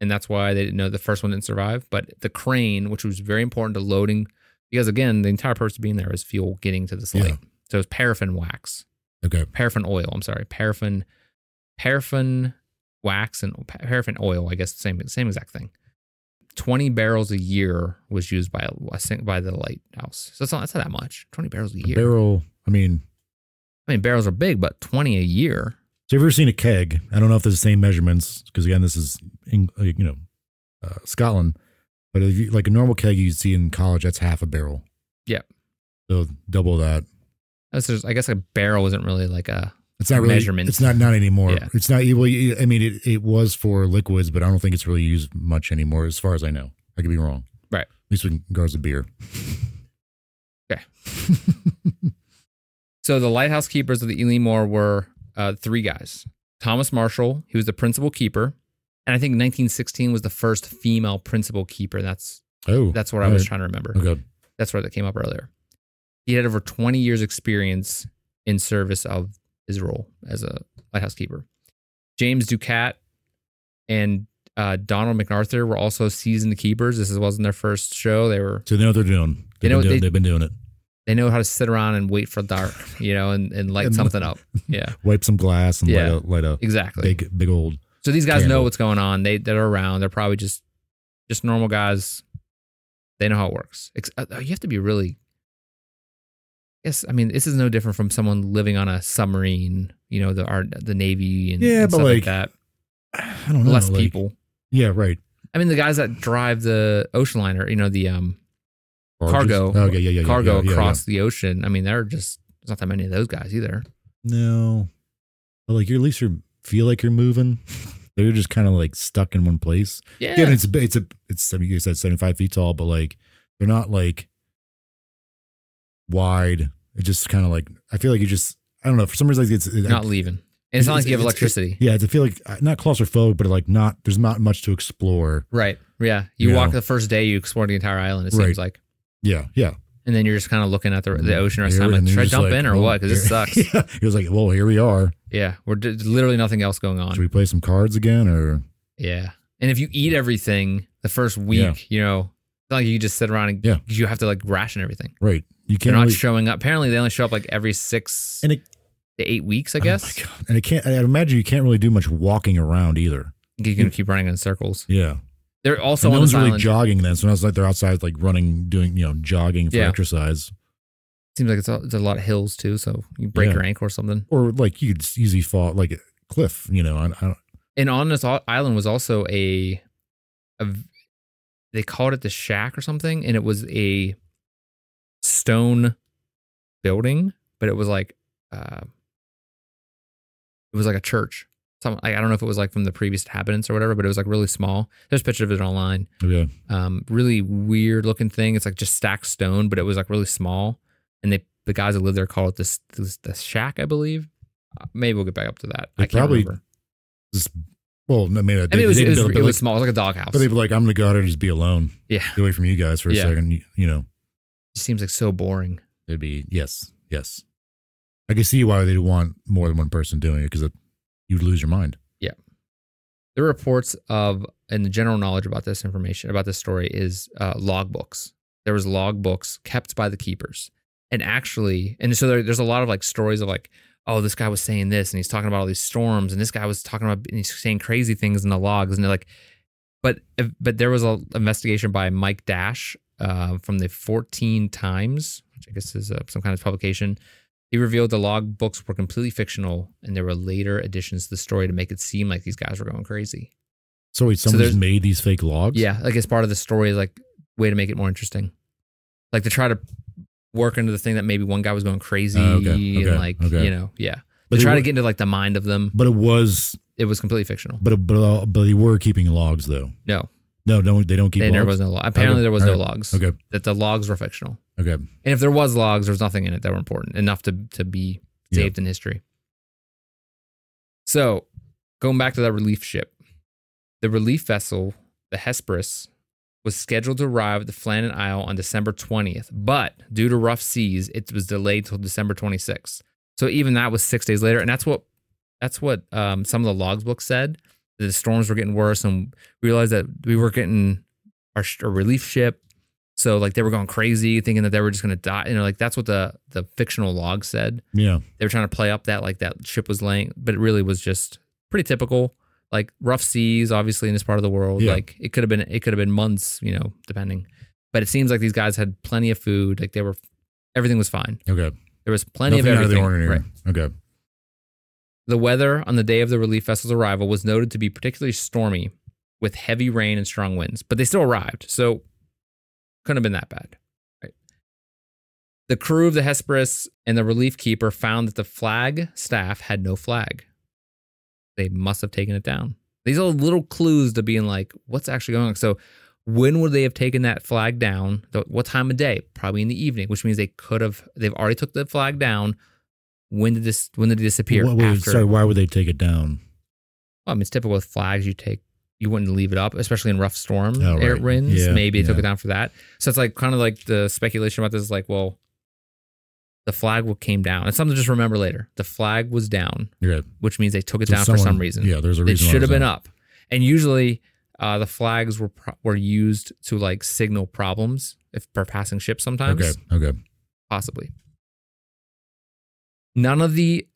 S1: and that's why they didn't know the first one didn't survive. But the crane, which was very important to loading, because again, the entire purpose of being there is fuel getting to the
S2: Yeah.
S1: slate. So it's paraffin wax,
S2: Okay.
S1: paraffin oil. I'm sorry, paraffin, paraffin wax and pa- paraffin oil. I guess the same same exact thing. Twenty barrels a year was used by a sing- by the lighthouse. So that's not that's not that much. Twenty barrels a
S2: A
S1: year.
S2: barrel. I mean,
S1: I mean, barrels are big, but twenty a year.
S2: so have you ever seen a keg? I don't know if they're the same measurements because again, this is Eng- uh, you know uh, Scotland, but if you, like a normal keg you see in college, that's half a barrel.
S1: Yep.
S2: So double that.
S1: That's just- I guess a barrel isn't really like a
S2: It's not really
S1: Measurement.
S2: It's not not anymore.
S1: Yeah.
S2: It's not. Well, you- I mean, it, it was for liquids, but I don't think it's really used much anymore, as far as I know. I could be wrong.
S1: Right.
S2: At least in regards to beer.
S1: Okay. So the lighthouse keepers of the Elimore were uh, three guys. Thomas Marshall, he was the principal keeper, and I think 1916 was the first female principal keeper. That's
S2: oh,
S1: that's what I
S2: all
S1: was
S2: right.
S1: trying to remember.
S2: Okay.
S1: That's where that came up earlier. He had over 20 years experience in service of his role as a lighthouse keeper. James Ducat and uh, Donald MacArthur were also seasoned keepers. This wasn't their first show. They were
S2: So they know what they're doing. They've,
S1: They know
S2: been,
S1: what
S2: doing,
S1: they-
S2: they've been doing it.
S1: they know how to sit around and wait for dark, you know, and, and light
S2: And-
S1: something up. Yeah,
S2: Wipe some glass and
S1: Yeah.
S2: light a light a
S1: exactly.
S2: big big old.
S1: so these guys know
S2: candle.
S1: what's going on. They that are around. They're probably just just normal guys. They know how it works. Ex- uh, You have to be really. Yes, I mean this is no different from someone living on a submarine. You know the our, the navy and
S2: Yeah,
S1: and
S2: but
S1: stuff like,
S2: like,
S1: that.
S2: I don't know.
S1: Less
S2: like-
S1: people.
S2: Yeah. Right.
S1: I mean the guys that drive the ocean liner. You know the um
S2: Barges.
S1: Cargo.
S2: Okay. Yeah. Yeah. yeah,
S1: cargo
S2: yeah, yeah,
S1: across the ocean. I mean there are just there's not that many of those guys either.
S2: yeah. No. But like you're at least you feel like you're moving. They're just kind of like stuck in one place.
S1: Yeah,
S2: Again, it's it's a it's I mean, you said seventy five feet tall, but like they're not like wide. It just kind of like I feel like you just I don't know for some reason like it's it-
S1: not
S2: I-
S1: leaving. And it's not like you have electricity.
S2: yeah, it's, I feel like uh, not claustrophobic, but like not there's not much to explore.
S1: Right. Yeah. You
S2: You
S1: walk
S2: know?
S1: the first day, you explore the entire island, it
S2: Right.
S1: seems like.
S2: Yeah, yeah.
S1: And then you're just kind of looking at the, the ocean or
S2: Here-
S1: something.
S2: and
S1: Like,
S2: you're
S1: should I
S2: just
S1: jump
S2: like,
S1: in or
S2: well,
S1: what? Because this
S2: here-
S1: sucks.
S2: yeah. It was like, well, here we are.
S1: yeah. We're there's literally nothing else going on.
S2: Should we play some cards again or
S1: yeah. And if you eat everything the first week,
S2: Yeah.
S1: you know, it's not like you just sit around and
S2: Yeah.
S1: you have to like ration everything.
S2: right?
S1: They're
S2: You can't.
S1: not
S2: really-
S1: showing up. Apparently, they only show up like every six
S2: And it-
S1: to eight weeks, I
S2: oh my
S1: guess.
S2: God. and I can't. I imagine you can't really do much walking around either.
S1: you can keep running in circles.
S2: Yeah.
S1: They're also
S2: and no
S1: on
S2: one's
S1: this
S2: really
S1: island.
S2: jogging then, so it's like they're outside, like running, doing you know, jogging for
S1: Yeah.
S2: exercise,
S1: seems like it's a, it's a lot of hills too. So you break
S2: Yeah.
S1: your ankle or something.
S2: or like you could easily fall like a cliff, you know. I, I don't,
S1: and on this i- island was also a, a v- they called it the shack or something and it was a stone building but it was like uh, it was like a church Some, I, I don't know if it was like from the previous inhabitants or whatever but it was like really small there's a picture of it online
S2: yeah,
S1: um, really weird looking thing it's like just stacked stone but it was like really small and they the guys that live there call it this, this the shack i believe Uh, maybe we'll get back up to that
S2: They
S1: i can't
S2: probably
S1: remember
S2: just well, I mean, I
S1: I
S2: did,
S1: mean, it was,
S2: they
S1: it
S2: didn't
S1: was,
S2: build
S1: it
S2: but,
S1: was
S2: like,
S1: small. It was like a doghouse.
S2: but they'd be like, I'm gonna go out and just be alone,
S1: yeah.
S2: get away from you guys for a
S1: Yeah.
S2: second, you, you know.
S1: It seems like so boring.
S2: It'd be yes, yes. I can see why they'd want more than one person doing it because you'd lose your mind.
S1: The reports of and the general knowledge about this information about this story is uh, logbooks. There was logbooks kept by the keepers, and actually, and so there, there's a lot of like stories of like, oh, this guy was saying this, and he's talking about all these storms, and this guy was talking about and he's saying crazy things in the logs, and they're like, but but there was a investigation by Mike Dash uh, from the 14 Times, which I guess is uh, some kind of publication. He revealed the log books were completely fictional, and there were later additions to the story to make it seem like these guys were going crazy.
S2: So wait,
S1: So
S2: someone
S1: there's-
S2: just made these fake logs?
S1: Yeah, like it's part of the story, like way to make it more interesting, like to try to work into the thing that maybe one guy was going crazy
S2: Oh, okay, okay,
S1: and like
S2: okay.
S1: you know, yeah. to
S2: but they
S1: try to
S2: were-
S1: get into like the mind of them,
S2: But it was, uh,
S1: it was completely fictional.
S2: but but but they were keeping logs though.
S1: No,
S2: No, don't they don't keep.
S1: They- there
S2: logs?
S1: was no log. Apparently, there was no
S2: alright,
S1: logs.
S2: Okay.
S1: That the logs were fictional,
S2: Okay.
S1: and if there was logs, there was nothing in it that were important enough to to be
S2: Yeah.
S1: saved in history. So, going back to that relief ship, the relief vessel, the Hesperus, was scheduled to arrive at the Flannan Isle on December 20th, but due to rough seas, it was delayed till December 26th. So even that was six days later, and that's what that's what um, some of the logs books said. that The storms were getting worse, and we realized that we were getting our, sh- our relief ship. So like they were going crazy, thinking that they were just going to die. You know, like that's what the the fictional log said
S2: Yeah.
S1: they were trying to play up that like that ship was laying, but it really was just pretty typical. Like rough seas, obviously in this part of the world.
S2: Yeah.
S1: Like it could have been it could have been months, you know, depending. But it seems like these guys had plenty of food. Like they were, everything was fine.
S2: Okay.
S1: There was plenty
S2: Nothing
S1: of
S2: out of the
S1: everything.
S2: ordinary.
S1: Right.
S2: Okay.
S1: The weather on the day of the relief vessel's arrival was noted to be particularly stormy, with heavy rain and strong winds. But they still arrived, so couldn't have been that bad. Right? The crew of the Hesperus and the relief keeper found that the flag staff had no flag. They must have taken it down. These are little clues to being like, what's actually going on? So, when would they have taken that flag down? Th- What time of day? Probably in the evening, which means they could have. They've already took the flag down. When did this? When did it disappear?
S2: What- wait,
S1: After-
S2: sorry. Why would they take it down?
S1: well, I mean, Um, it's typical with flags. You take, you wouldn't leave it up, especially in rough storm
S2: Oh,
S1: air
S2: right.
S1: winds.
S2: Yeah,
S1: Maybe it took
S2: yeah.
S1: it down for that. So it's like kind of like the speculation about this is like, well, the flag wa- came down. It's something to just remember later. The flag was down,
S2: Okay.
S1: which means they took it
S2: So
S1: down for
S2: someone-
S1: some reason.
S2: Yeah. There's a
S1: it
S2: reason. why
S1: should have
S2: was
S1: been
S2: down.
S1: up. And usually, uh, the flags were pro- were used to like signal problems if per passing ships sometimes
S2: Okay. Okay.
S1: possibly. None of the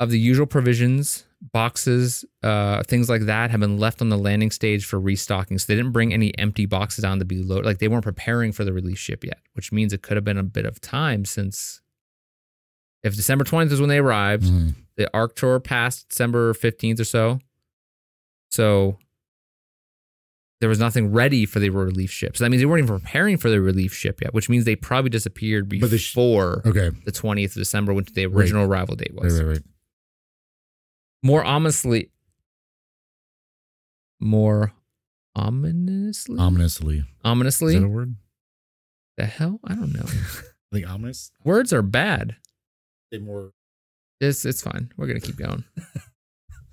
S1: of the usual provisions, boxes, uh, things like that, have been left on the landing stage for restocking. So they didn't bring any empty boxes down to be loaded. Like they weren't preparing for the release ship yet, which means it could have been a bit of time since. If December twentieth is when they arrived,
S2: Mhm.
S1: the Arc Tour passed December 15th or so. So there was nothing ready for the relief ship. So that means they weren't even preparing for the relief ship yet, which means they probably disappeared
S2: But the sh-
S1: before
S2: Okay.
S1: the 20th of December, which the
S2: Right.
S1: original arrival date
S2: Right.
S1: was.
S2: Right. Right.
S1: More ominously, more ominously,
S2: Ominously. Um, Is
S1: ominously,
S2: that a word?
S1: the hell? I don't know.
S2: I think ominous.
S1: Words are bad.
S2: They more
S1: It's it's fine. We're gonna keep going.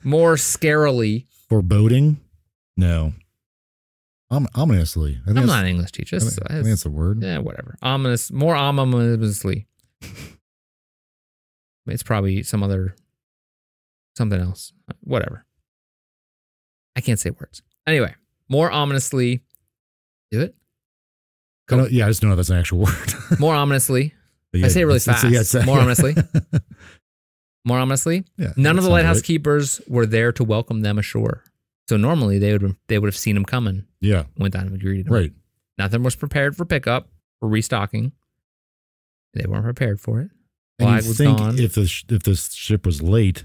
S1: More scarily,
S2: foreboding. No. Om- ominously. I think
S1: I'm
S2: that's-
S1: not an English teacher.
S2: I
S1: It's-
S2: think, I think
S1: it's-
S2: that's a word.
S1: Yeah, Eh, whatever. Ominous, more ominously. it's probably some other, something else. Whatever. I can't say words. Anyway, more ominously. Do it.
S2: I don't- yeah. I just don't know if that's an actual word.
S1: More ominously.
S2: But
S1: I say it really
S2: it's- it's-
S1: fast.
S2: it's-
S1: More ominously. More ominously. None
S2: yeah, that
S1: of
S2: sounds
S1: the lighthouse
S2: right.
S1: keepers were there to welcome them ashore. So normally they would they would have seen them coming,
S2: Yeah.
S1: went down and greeted them.
S2: Right.
S1: Nothing was prepared for pickup or restocking. They weren't prepared for it.
S2: And
S1: Flag
S2: you
S1: was
S2: think
S1: gone.
S2: if the sh- if this ship was late,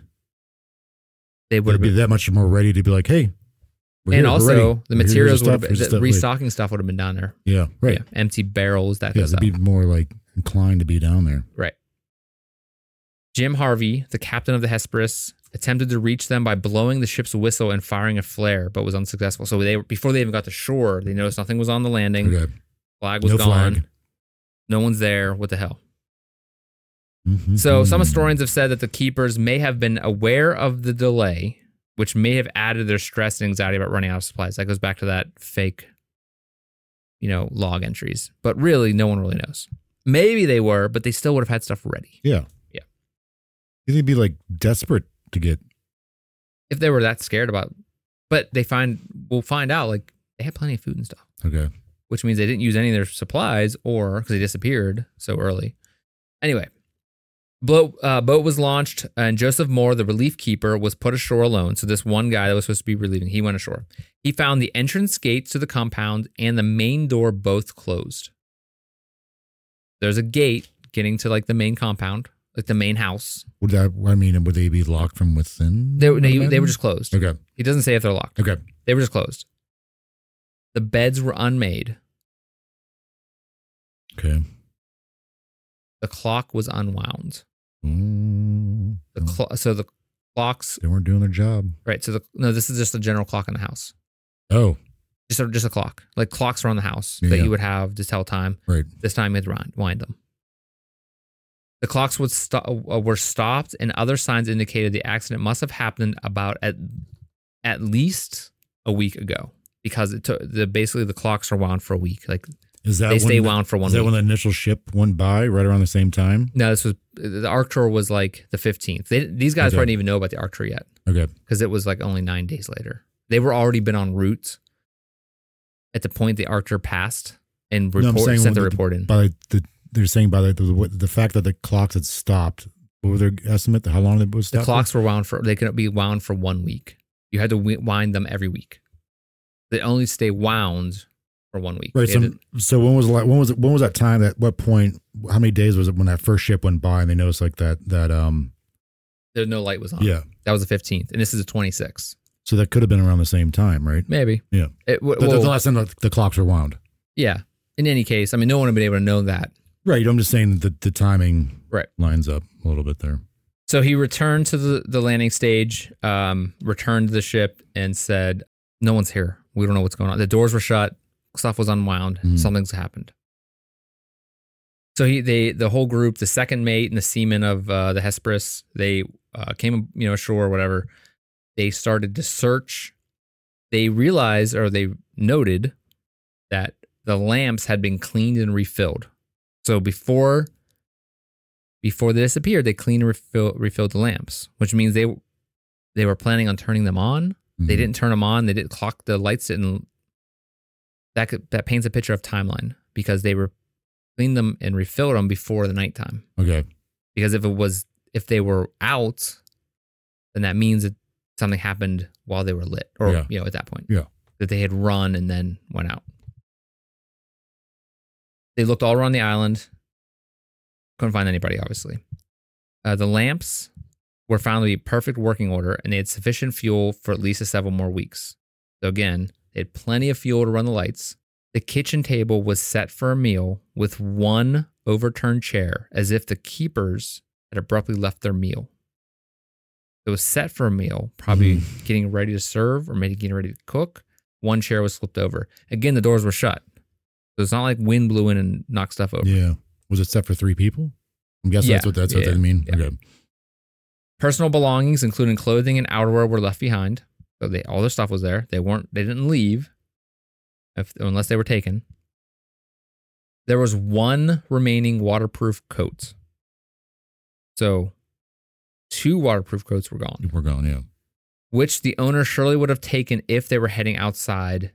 S1: They would
S2: would
S1: have
S2: be
S1: been.
S2: that much more ready to be like, hey.
S1: And
S2: we're here, we're ready.
S1: also, the
S2: We're here, here's
S1: materials
S2: the
S1: would have
S2: stuff,
S1: been,
S2: here's
S1: the
S2: the stuff, like-
S1: restocking stuff would have been down there.
S2: yeah. Right.
S1: Yeah, empty barrels, that
S2: Yeah,
S1: goes
S2: they'd
S1: up.
S2: be more like inclined to be down there.
S1: Jim Harvey, the captain of the Hesperus, attempted to reach them by blowing the ship's whistle and firing a flare, but was unsuccessful. So they before they even got to shore, they noticed nothing was on the landing.
S2: Okay.
S1: Flag was
S2: No
S1: gone.
S2: flag.
S1: No one's there. What the hell?
S2: Mhm.
S1: So some historians have said that the keepers may have been aware of the delay, which may have added to their stress and anxiety about running out of supplies. That goes back to that fake, you know, log entries. But really, no one really knows. Maybe they were, but they still would have had stuff ready
S2: Yeah.
S1: Yeah.
S2: They'd be like desperate to get.
S1: if they were that scared about. But they find we'll find out like they had plenty of food and stuff,
S2: Okay.
S1: which means they didn't use any of their supplies or because they disappeared so early. Anyway, boat, uh, boat was launched, and Joseph Moore, the relief keeper, was put ashore alone. So this one guy that was supposed to be relieving, he went ashore. He found the entrance gates to the compound and the main door both closed. There's a gate getting to like the main compound, like the main house.
S2: Would that? I mean, would they be locked from within?
S1: They,
S2: I would
S1: they, they
S2: imagine?
S1: were just closed.
S2: Okay.
S1: He doesn't say if they're locked.
S2: Okay.
S1: They were just closed. The beds were unmade.
S2: Okay.
S1: The clock was unwound.
S2: Mm,
S1: The clo- so the clocks
S2: they weren't doing their job.
S1: right. So the no, this is just the general clock in the house.
S2: Oh,
S1: just a, just a clock, like clocks around the house that
S2: Yeah.
S1: you would have to tell time.
S2: Right.
S1: This time you'd wind, wind them. The clocks would sto- uh, were stopped, and other signs indicated the accident must have happened about at at least a week ago because it took the basically the clocks are wound for a week. Like
S2: Is that
S1: they
S2: when
S1: stay
S2: the-
S1: wound for one
S2: Is that
S1: week.
S2: when the initial ship went by right around the same time?
S1: no, this was the Arc Tour was like the fifteenth. These guys
S2: Okay.
S1: probably didn't even know about the Arc Tour yet.
S2: Okay.
S1: because it was like only nine days later. They were already been en route at the point the Archer passed and
S2: No, I'm
S1: report,
S2: saying
S1: sent the
S2: when
S1: report in.
S2: By the they're saying by the, the the fact that the clocks had stopped. What were their estimate? How long it was
S1: The
S2: stopped? for?
S1: clocks were wound for they could be wound for one week. You had to wi- wind them every week. They only stay wound for one week.
S2: Right.
S1: They had
S2: So,
S1: to-
S2: so when was the la- when was it, when was that time? At what point? How many days was it when that first ship went by and they noticed like that that um
S1: there no light was on.
S2: yeah.
S1: that was the fifteenth, and this is the twenty sixth.
S2: So that could have been around the same time, right?
S1: Maybe.
S2: Yeah.
S1: It, w-
S2: The, the- the
S1: well,
S2: last time the, the clocks were wound.
S1: yeah. In any case, I mean, no one would have been able to know that.
S2: Right. I'm just saying that the timing
S1: Right.
S2: lines up a little bit there.
S1: So he returned to the, the landing stage, um, returned to the ship, and said, No one's here. We don't know what's going on. The doors were shut, stuff was unwound,
S2: Mhm.
S1: something's happened. So he, they, the whole group, the second mate and the seaman of uh, the Hesperus, they uh, came, you know, ashore or whatever. They started to search. They realized or they noted that the lamps had been cleaned and refilled. So before before they disappeared, they cleaned and refill, refilled the lamps, which means they they were planning on turning them on. They
S2: Mhm.
S1: didn't turn them on. They didn't clock the lights didn't. That could, that paints a picture of timeline because they were cleaned them and refilled them before the nighttime.
S2: Okay.
S1: Because if it was if they were out, then that means that something happened while they were lit, or
S2: Yeah.
S1: you know at that point,
S2: Yeah.
S1: that they had run and then went out. They looked all around the island, couldn't find anybody. Obviously, uh, the lamps were found to be in perfect working order, and they had sufficient fuel for at least several more weeks. So again, they had plenty of fuel to run the lights. The kitchen table was set for a meal with one overturned chair, as if the keepers had abruptly left their meal. It was set for a meal, probably getting ready to serve or maybe getting ready to cook. One chair was flipped over. Again, the doors were shut. So it's not like wind blew in and knocked stuff over.
S2: Yeah. Was it set for three people? I'm guessing
S1: Yeah.
S2: that's what that's what
S1: Yeah.
S2: they mean.
S1: Yeah.
S2: Okay.
S1: Personal belongings, including clothing and outerwear, were left behind. So they all their stuff was there. They weren't. They didn't leave, if, unless they were taken. There was one remaining waterproof coat. So, two waterproof coats were gone,
S2: We're going. Yeah.
S1: which the owner surely would have taken if they were heading outside,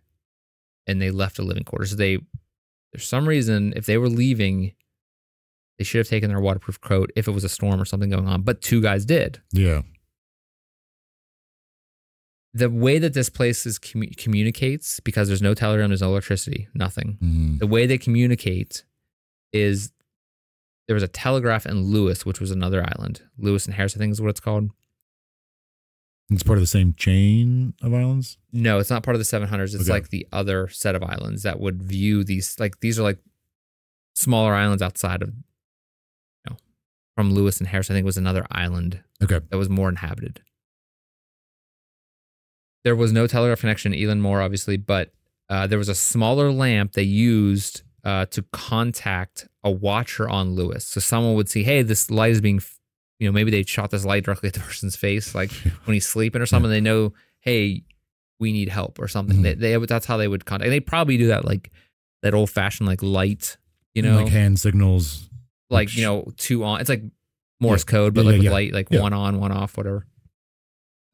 S1: and they left a living quarter. So they, for some reason, if they were leaving, they should have taken their waterproof coat if it was a storm or something going on. But two guys did
S2: Yeah.
S1: the way that this place is commu- communicates because there's no telegram, there's no electricity, nothing.
S2: Mhm.
S1: The way they communicate is there was a telegraph in Lewis, which was another island. Lewis and Harris, I think, is what it's called.
S2: It's part of the same chain of islands.
S1: No, it's not part of the 700s. It's
S2: Okay.
S1: like the other set of islands that would view these. Like these are like smaller islands outside of, you know, from Lewis and Harris. I think was another island
S2: Okay.
S1: that was more inhabited. There was no telegraph connection in Elon Moore, obviously, but uh, there was a smaller lamp they used uh, to contact a watcher on Lewis. So someone would see, hey, this light is being, f-" you know, maybe they shot this light directly at the person's face, like when he's sleeping or something. They know, hey, we need help or something.
S2: Mhm.
S1: They, they that's how they would contact. And they probably do that like that old fashioned like light, you know,
S2: like hand signals.
S1: like you know two on it's like morse code but
S2: Yeah,
S1: like
S2: yeah,
S1: with
S2: yeah.
S1: light like
S2: Yeah.
S1: one on one off whatever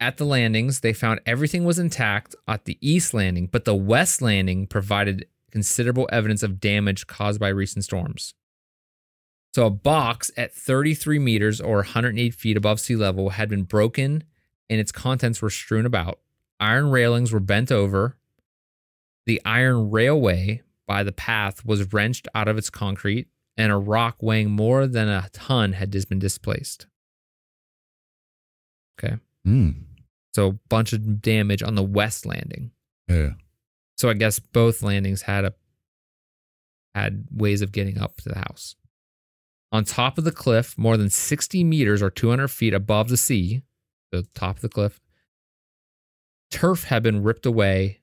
S1: at the landings they found everything was intact at the east landing but the west landing provided considerable evidence of damage caused by recent storms so a box at 33 meters or 108 feet above sea level had been broken and its contents were strewn about iron railings were bent over the iron railway by the path was wrenched out of its concrete and a rock weighing more than a ton had just been displaced.
S2: Mm.
S1: So a bunch of damage on the west landing.
S2: Yeah.
S1: So I guess both landings had a had ways of getting up to the house. On top of the cliff, more than 60 meters or 200 feet above the sea, the top of the cliff, turf had been ripped away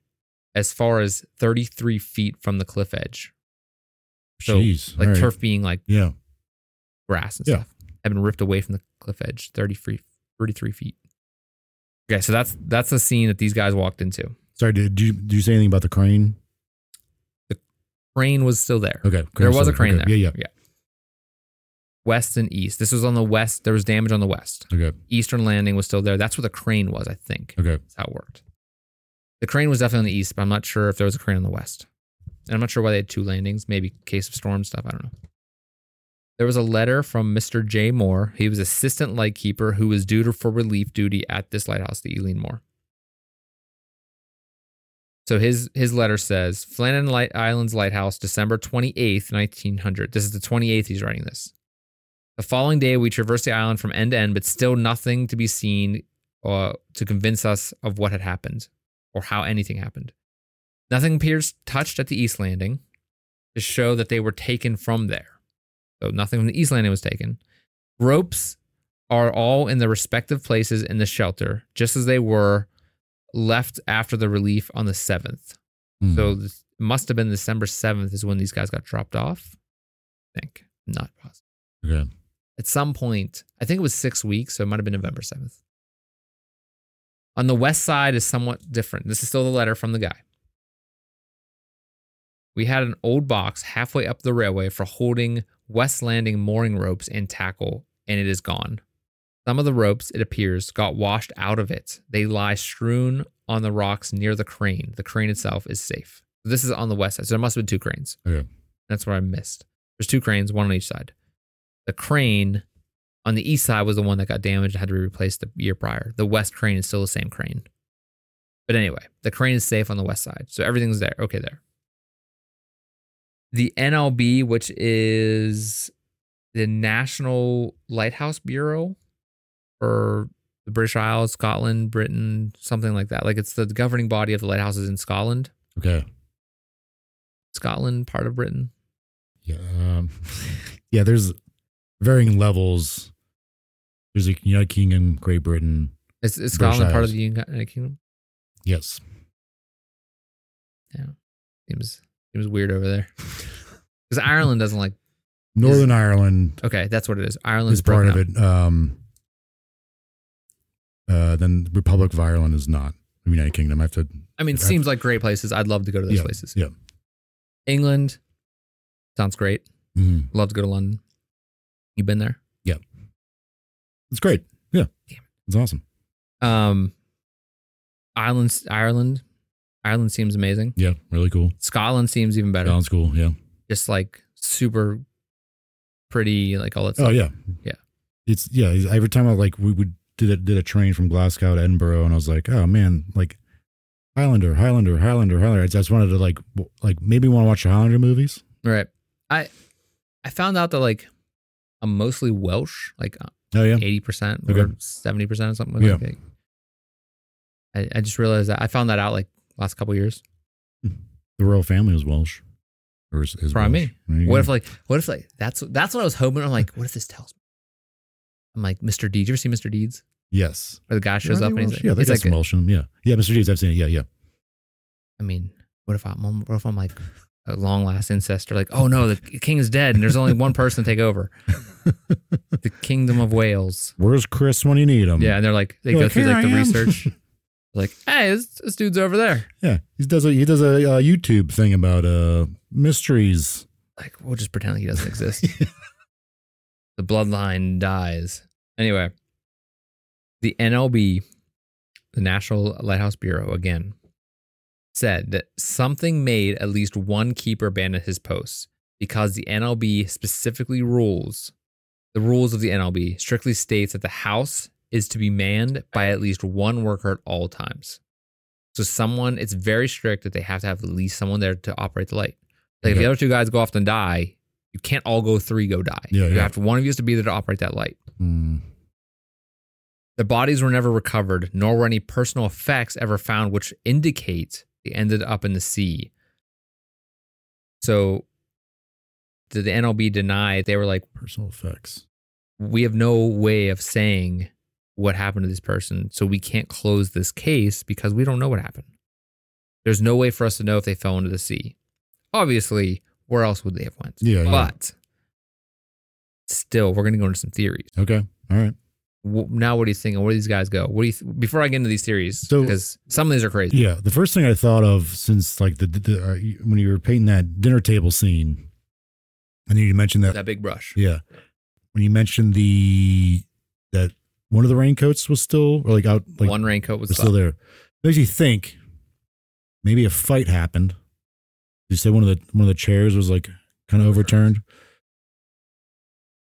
S1: as far as 33 feet from the cliff edge. So,
S2: Jeez.
S1: Like
S2: all right.
S1: turf being like
S2: Yeah.
S1: grass and
S2: Yeah.
S1: stuff have been ripped away from the cliff edge 33, 33 feet. Okay, so that's that's the scene that these guys walked into.
S2: Sorry. Did you did you say anything about the crane?
S1: Crane was still there.
S2: Okay. crane
S1: there was a
S2: sorry.
S1: crane
S2: Okay,
S1: there.
S2: Yeah.
S1: Yeah. West and east. This was on the west. There was damage on the west.
S2: Yeah. Okay.
S1: Eastern landing was still there. That's where the crane was, I think.
S2: Okay.
S1: That's how it worked. The crane was definitely on the east, but I'm not sure if there was a crane on the west. And I'm not sure why they had two landings. Maybe case of storm stuff. I don't know. There was a letter from Mr. J. Moore. He was assistant lightkeeper who was due to- for relief duty at this lighthouse, the Eileen Moore. So his his letter says Flannan Light Islands Lighthouse, December 28th, 1900. This is the 28th he's writing this. The following day, we traversed the island from end to end, but still nothing to be seen uh, to convince us of what had happened or how anything happened. Nothing appears touched at the East Landing to show that they were taken from there. So nothing from the East Landing was taken. Ropes are all in their respective places in the shelter, just as they were left after the relief on the 7th.
S2: Hmm.
S1: So this must have been December 7th is when these guys got dropped off. I think. Not possible
S2: okay.
S1: at some point, I think it was six weeks, so it might have been November 7th. On the west side is somewhat different. This is still the letter from the guy. We had an old box halfway up the railway for holding west landing mooring ropes and tackle, and it is gone. Some of the ropes, it appears, got washed out of it. They lie strewn on the rocks near the crane. The crane itself is safe. This is on the west side, so there must have been two cranes.
S2: Okay.
S1: That's what I missed. There's two cranes, one on each side the crane on the east side was the one that got damaged and had to be replaced the year prior. The west crane is still the same crane. But anyway, the crane is safe on the west side. So everything's there. Okay, there. The NLB, which is the National Lighthouse Bureau for the British Isles, Scotland, Britain, something like that. Like it's the governing body of the lighthouses in Scotland.
S2: Okay.
S1: Scotland, part of Britain.
S2: Yeah. Um, yeah. There's varying levels. There's a United Kingdom, Great Britain.
S1: Is, is
S2: British
S1: Scotland part of
S2: Isles.
S1: the uh, United Kingdom?
S2: Yes.
S1: Seems seems weird over there. Because Ireland doesn't like.
S2: Northern Ireland
S1: Okay, that's what it is.
S2: is
S1: Ireland's
S2: part
S1: broken
S2: of
S1: up.
S2: it. Um, uh, then the Republic of Ireland is not the United Kingdom. I have to.
S1: I mean,
S2: I've-
S1: seems like great places. I'd love to go to those
S2: yeah,
S1: places.
S2: Yeah.
S1: England sounds great.
S2: Mhm.
S1: Love to go to London. You've been there.
S2: It's great. Yeah.
S1: Damn.
S2: It's awesome.
S1: Um, Ireland, Ireland, Ireland seems amazing.
S2: Yeah. Really cool.
S1: Scotland seems even better.
S2: Sounds cool. Yeah.
S1: Just like super pretty, like all that
S2: Oh
S1: stuff.
S2: yeah.
S1: Yeah.
S2: It's yeah. it's- Every time I like we would did a, did a train from Glasgow to Edinburgh, and I was like, oh man, like Highlander, Highlander, Highlander, Highlander. I just wanted to like w- like maybe want to watch the Highlander movies.
S1: Right. I I found out that like I'm mostly Welsh. Like uh,
S2: Oh yeah.
S1: eighty percent
S2: Okay.
S1: or seventy percent or something. Like that. I, I just realized that I found that out like last couple years.
S2: The royal family was Welsh. Or is, is
S1: Probably
S2: Welsh.
S1: me.
S2: There you
S1: What
S2: go.
S1: if like what if like that's that's what I was hoping. I'm like, what if this tells me? I'm like, Mr. Deeds. You ever see Mr. Deeds?
S2: yes
S1: Where the guy shows
S2: Are
S1: up
S2: they
S1: and he's
S2: Welsh?
S1: like,
S2: yeah, they
S1: it's
S2: got
S1: like,
S2: some Welsh in them. Yeah, yeah, Mr. Deeds, I've seen it. Yeah, yeah.
S1: I mean, what if I'm what if I'm like a long last ancestor? Like, oh no, the king is dead, and there's only one person to take over, the kingdom of Wales.
S2: Where's Chris when you need him?
S1: Yeah, and Um, they're like they
S2: You're
S1: go through
S2: "Here
S1: like the
S2: I am."
S1: research. Like, hey, this, this dude's over there.
S2: yeah, he does a he does a uh, YouTube thing about uh mysteries.
S1: like we'll just pretend like he doesn't exist. the bloodline dies. Anyway, the NLB, the National Lighthouse Bureau, again said that something made at least one keeper abandon his post because the NLB specifically rules the rules of the NLB strictly states that the house is to be manned by at least one worker at all times. So someone, it's very strict that they have to have at least someone there to operate the light. Like if
S2: Yeah.
S1: the other two guys go off and die, you can't all go three go die.
S2: Yeah,
S1: you
S2: yeah.
S1: have to, one of you has to be there to operate that light.
S2: Hmm.
S1: The bodies were never recovered, nor were any personal effects ever found, which indicate they ended up in the sea. So the, the NLB denied they were like,
S2: personal effects.
S1: we have no way of saying what happened to this person. So we can't close this case because we don't know what happened. There's no way for us to know if they fell into the sea. Obviously, where else would they have went?
S2: Yeah, yeah.
S1: But still, we're going to go into some theories.
S2: Okay. All right.
S1: Wh- Now, what are you thinking? Where do these guys go? What do you th- before I get into these theories?
S2: So-
S1: because some of these are crazy.
S2: Yeah. The first thing I thought of since like the, the uh, you- when you were painting that dinner table scene, and you mentioned that,
S1: That big brush.
S2: yeah, when you mentioned the that one of the raincoats was still or like out like
S1: One raincoat was
S2: was still
S1: left.
S2: there. Makes you think maybe a fight happened. You say one of the one of the chairs was like kind of overturned.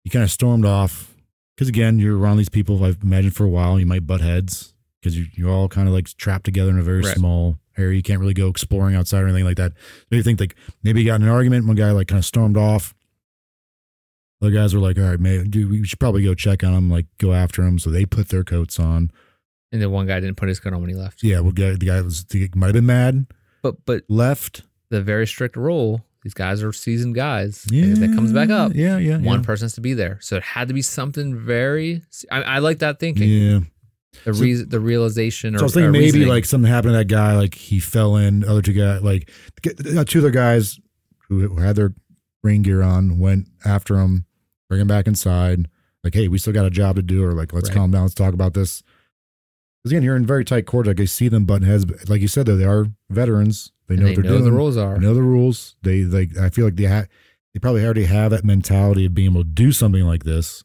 S2: You kind of stormed off because again you're around these people. I imagine for a while you might butt heads because you, you're all kind of like trapped together in a very
S1: Right.
S2: small area. You can't really go exploring outside or anything like that. So you think like maybe you got in an argument. One guy like kind of stormed off. Other guys were like, "All right, man, dude, we should probably go check on him, like go after him." So they put their coats on.
S1: and then one guy didn't put his gun on when he left.
S2: Yeah, well, guy- the guy was the, might have been mad.
S1: But but
S2: Left.
S1: the very strict rule. These guys are seasoned guys. And if that comes back up,
S2: Yeah, yeah.
S1: one
S2: yeah.
S1: person has to be there. So it had to be something very. I, I like that thinking.
S2: Yeah.
S1: The
S2: So-
S1: re- the realization. Or,
S2: So I was
S1: or
S2: thinking maybe
S1: reasoning.
S2: like something happened to that guy. Like he fell in. Other two guys, like uh, two other guys who had their rain gear on, went after him, bring him back inside. Like, hey, we still got a job to do, or like, let's
S1: Right.
S2: calm down, let's talk about this. Because again, you're in very tight quarters. Like I see them button heads, but like you said, though, they are veterans. They
S1: And
S2: know
S1: they
S2: what they're
S1: know the
S2: doing.
S1: rules are.
S2: know the rules. They like I feel like they ha- they probably already have that mentality of being able to do something like this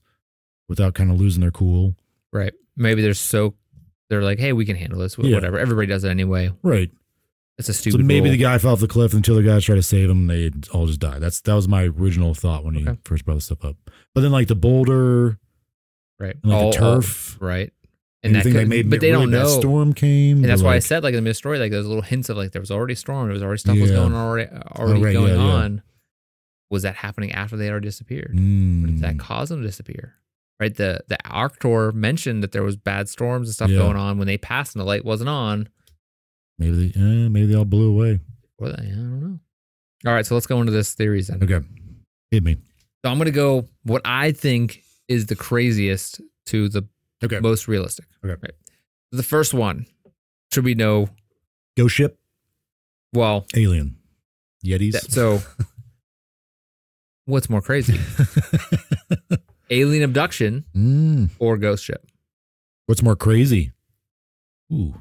S2: without kind of losing their cool.
S1: Right. Maybe they're so. They're like, hey, we can handle this. wh-
S2: Yeah.
S1: Whatever. Everybody does it anyway.
S2: Right.
S1: It's a
S2: So
S1: stupid.
S2: maybe
S1: rule.
S2: the guy fell off the cliff until the guys tried to save him. They all just died. That's that was my original thought when he
S1: Okay.
S2: first brought this stuff up. But then like the boulder
S1: Right.
S2: and like
S1: All- all-
S2: the turf.
S1: right.
S2: And
S1: And
S2: you
S1: that
S2: think
S1: could,
S2: that made
S1: but they don't know.
S2: That storm came.
S1: and that's
S2: but,
S1: why I
S2: like,
S1: said, like in the story, like there's little hints of like there was already a storm. There was already stuff was
S2: Yeah.
S1: going on already, already
S2: right,
S1: going
S2: yeah, yeah.
S1: on. Was that happening after they already disappeared? Or did that
S2: Mm,
S1: cause them to disappear? Right. The the Arctor mentioned that there was bad storms and stuff
S2: Yeah.
S1: going on when they passed and the light wasn't on.
S2: maybe they, eh, maybe they all blew away.
S1: Or they, I don't know. All right, so let's go into this theories then.
S2: Okay, hit me.
S1: So I'm gonna go what I think is the craziest to the
S2: Okay,
S1: most realistic.
S2: Okay.
S1: Right. The first one should we know
S2: go ship
S1: well
S2: alien yetis.
S1: that- so what's more crazy? Alien abduction
S2: Mm.
S1: or ghost ship?
S2: What's more crazy? Ooh,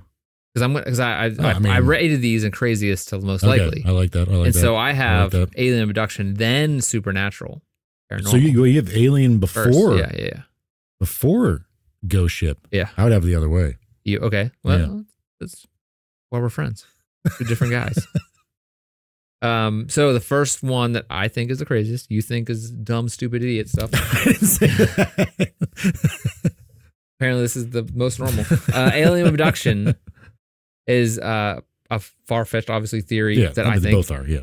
S1: Because I'm because I I,
S2: Oh,
S1: I,
S2: I mean-
S1: I rated these in craziest to the most
S2: okay.
S1: likely.
S2: I like that. I like
S1: and
S2: that.
S1: so I have
S2: that.
S1: alien abduction, then supernatural. Paranormal
S2: so you you have Alien
S1: first.
S2: before
S1: Yeah, yeah, yeah.
S2: before Ghost Ship.
S1: Yeah.
S2: I would have it the other way.
S1: You okay? Well, that's why we're friends. Two different guys. Um, so the first one that I think is the craziest, you think is dumb, stupid, idiot stuff.
S2: I didn't say that.
S1: Apparently, this is the most normal. Uh, alien abduction is uh, a far fetched, obviously, theory
S2: yeah,
S1: that
S2: I mean,
S1: I
S2: they
S1: think
S2: both are. Yeah,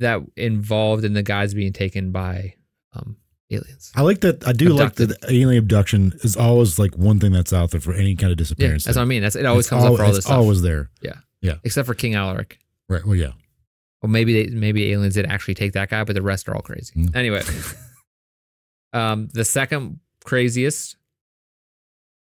S1: that involved in the guys being taken by um, aliens.
S2: I like that. I do like that. the Alien abduction is always like one thing that's out there for any kind of
S1: Yeah,
S2: disappearance.
S1: that's what I
S2: thing.
S1: mean. That's it. Always
S2: It's
S1: comes up
S2: al-
S1: for all
S2: it's
S1: this stuff,
S2: Always there.
S1: except for King Alaric.
S2: Right. Well, yeah.
S1: Well, maybe they maybe aliens did actually take that guy, but the rest are all crazy.
S2: Mm.
S1: Anyway, um, the second craziest,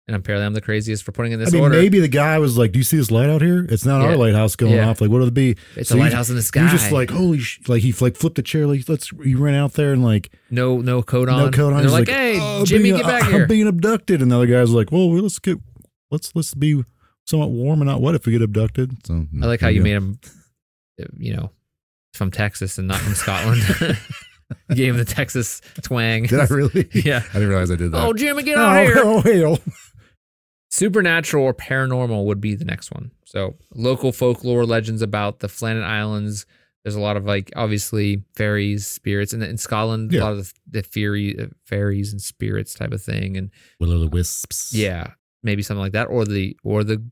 S1: and apparently I'm the craziest for putting in this
S2: I mean,
S1: order.
S2: maybe the guy was like, "Do you see this light out here? It's not
S1: Yeah.
S2: our lighthouse going
S1: Yeah.
S2: off. Like, what would it be?"
S1: it's
S2: so
S1: a
S2: you-
S1: lighthouse in the sky.
S2: You're just like, "Holy!" Sh-. Like he like flipped a chair. Like, let's. He ran out there and like
S1: no no coat on.
S2: No coat on.
S1: And they're like,
S2: He's
S1: hey,
S2: "Oh,
S1: Jimmy,
S2: being-
S1: get back
S2: I'm
S1: here.
S2: being abducted, and the other guy's like, "Well, let's get let's let's be somewhat warm and not wet if we get abducted." So
S1: I like how you
S2: yeah.
S1: made him, uh, you know, from Texas and not from Scotland. you gave him the Texas twang.
S2: Did I really?
S1: yeah.
S2: I didn't realize I did that.
S1: Oh, Jimmy, get
S2: Oh,
S1: out here.
S2: oh, hell.
S1: Supernatural or paranormal would be the next one. So, local folklore legends about the Flannan Islands. There's a lot of like obviously fairies, spirits, and in Scotland,
S2: Yeah.
S1: a lot of the, the fairy, uh, fairies and spirits type of thing, and
S2: Will o' the wisps.
S1: yeah, maybe something like that, or the or the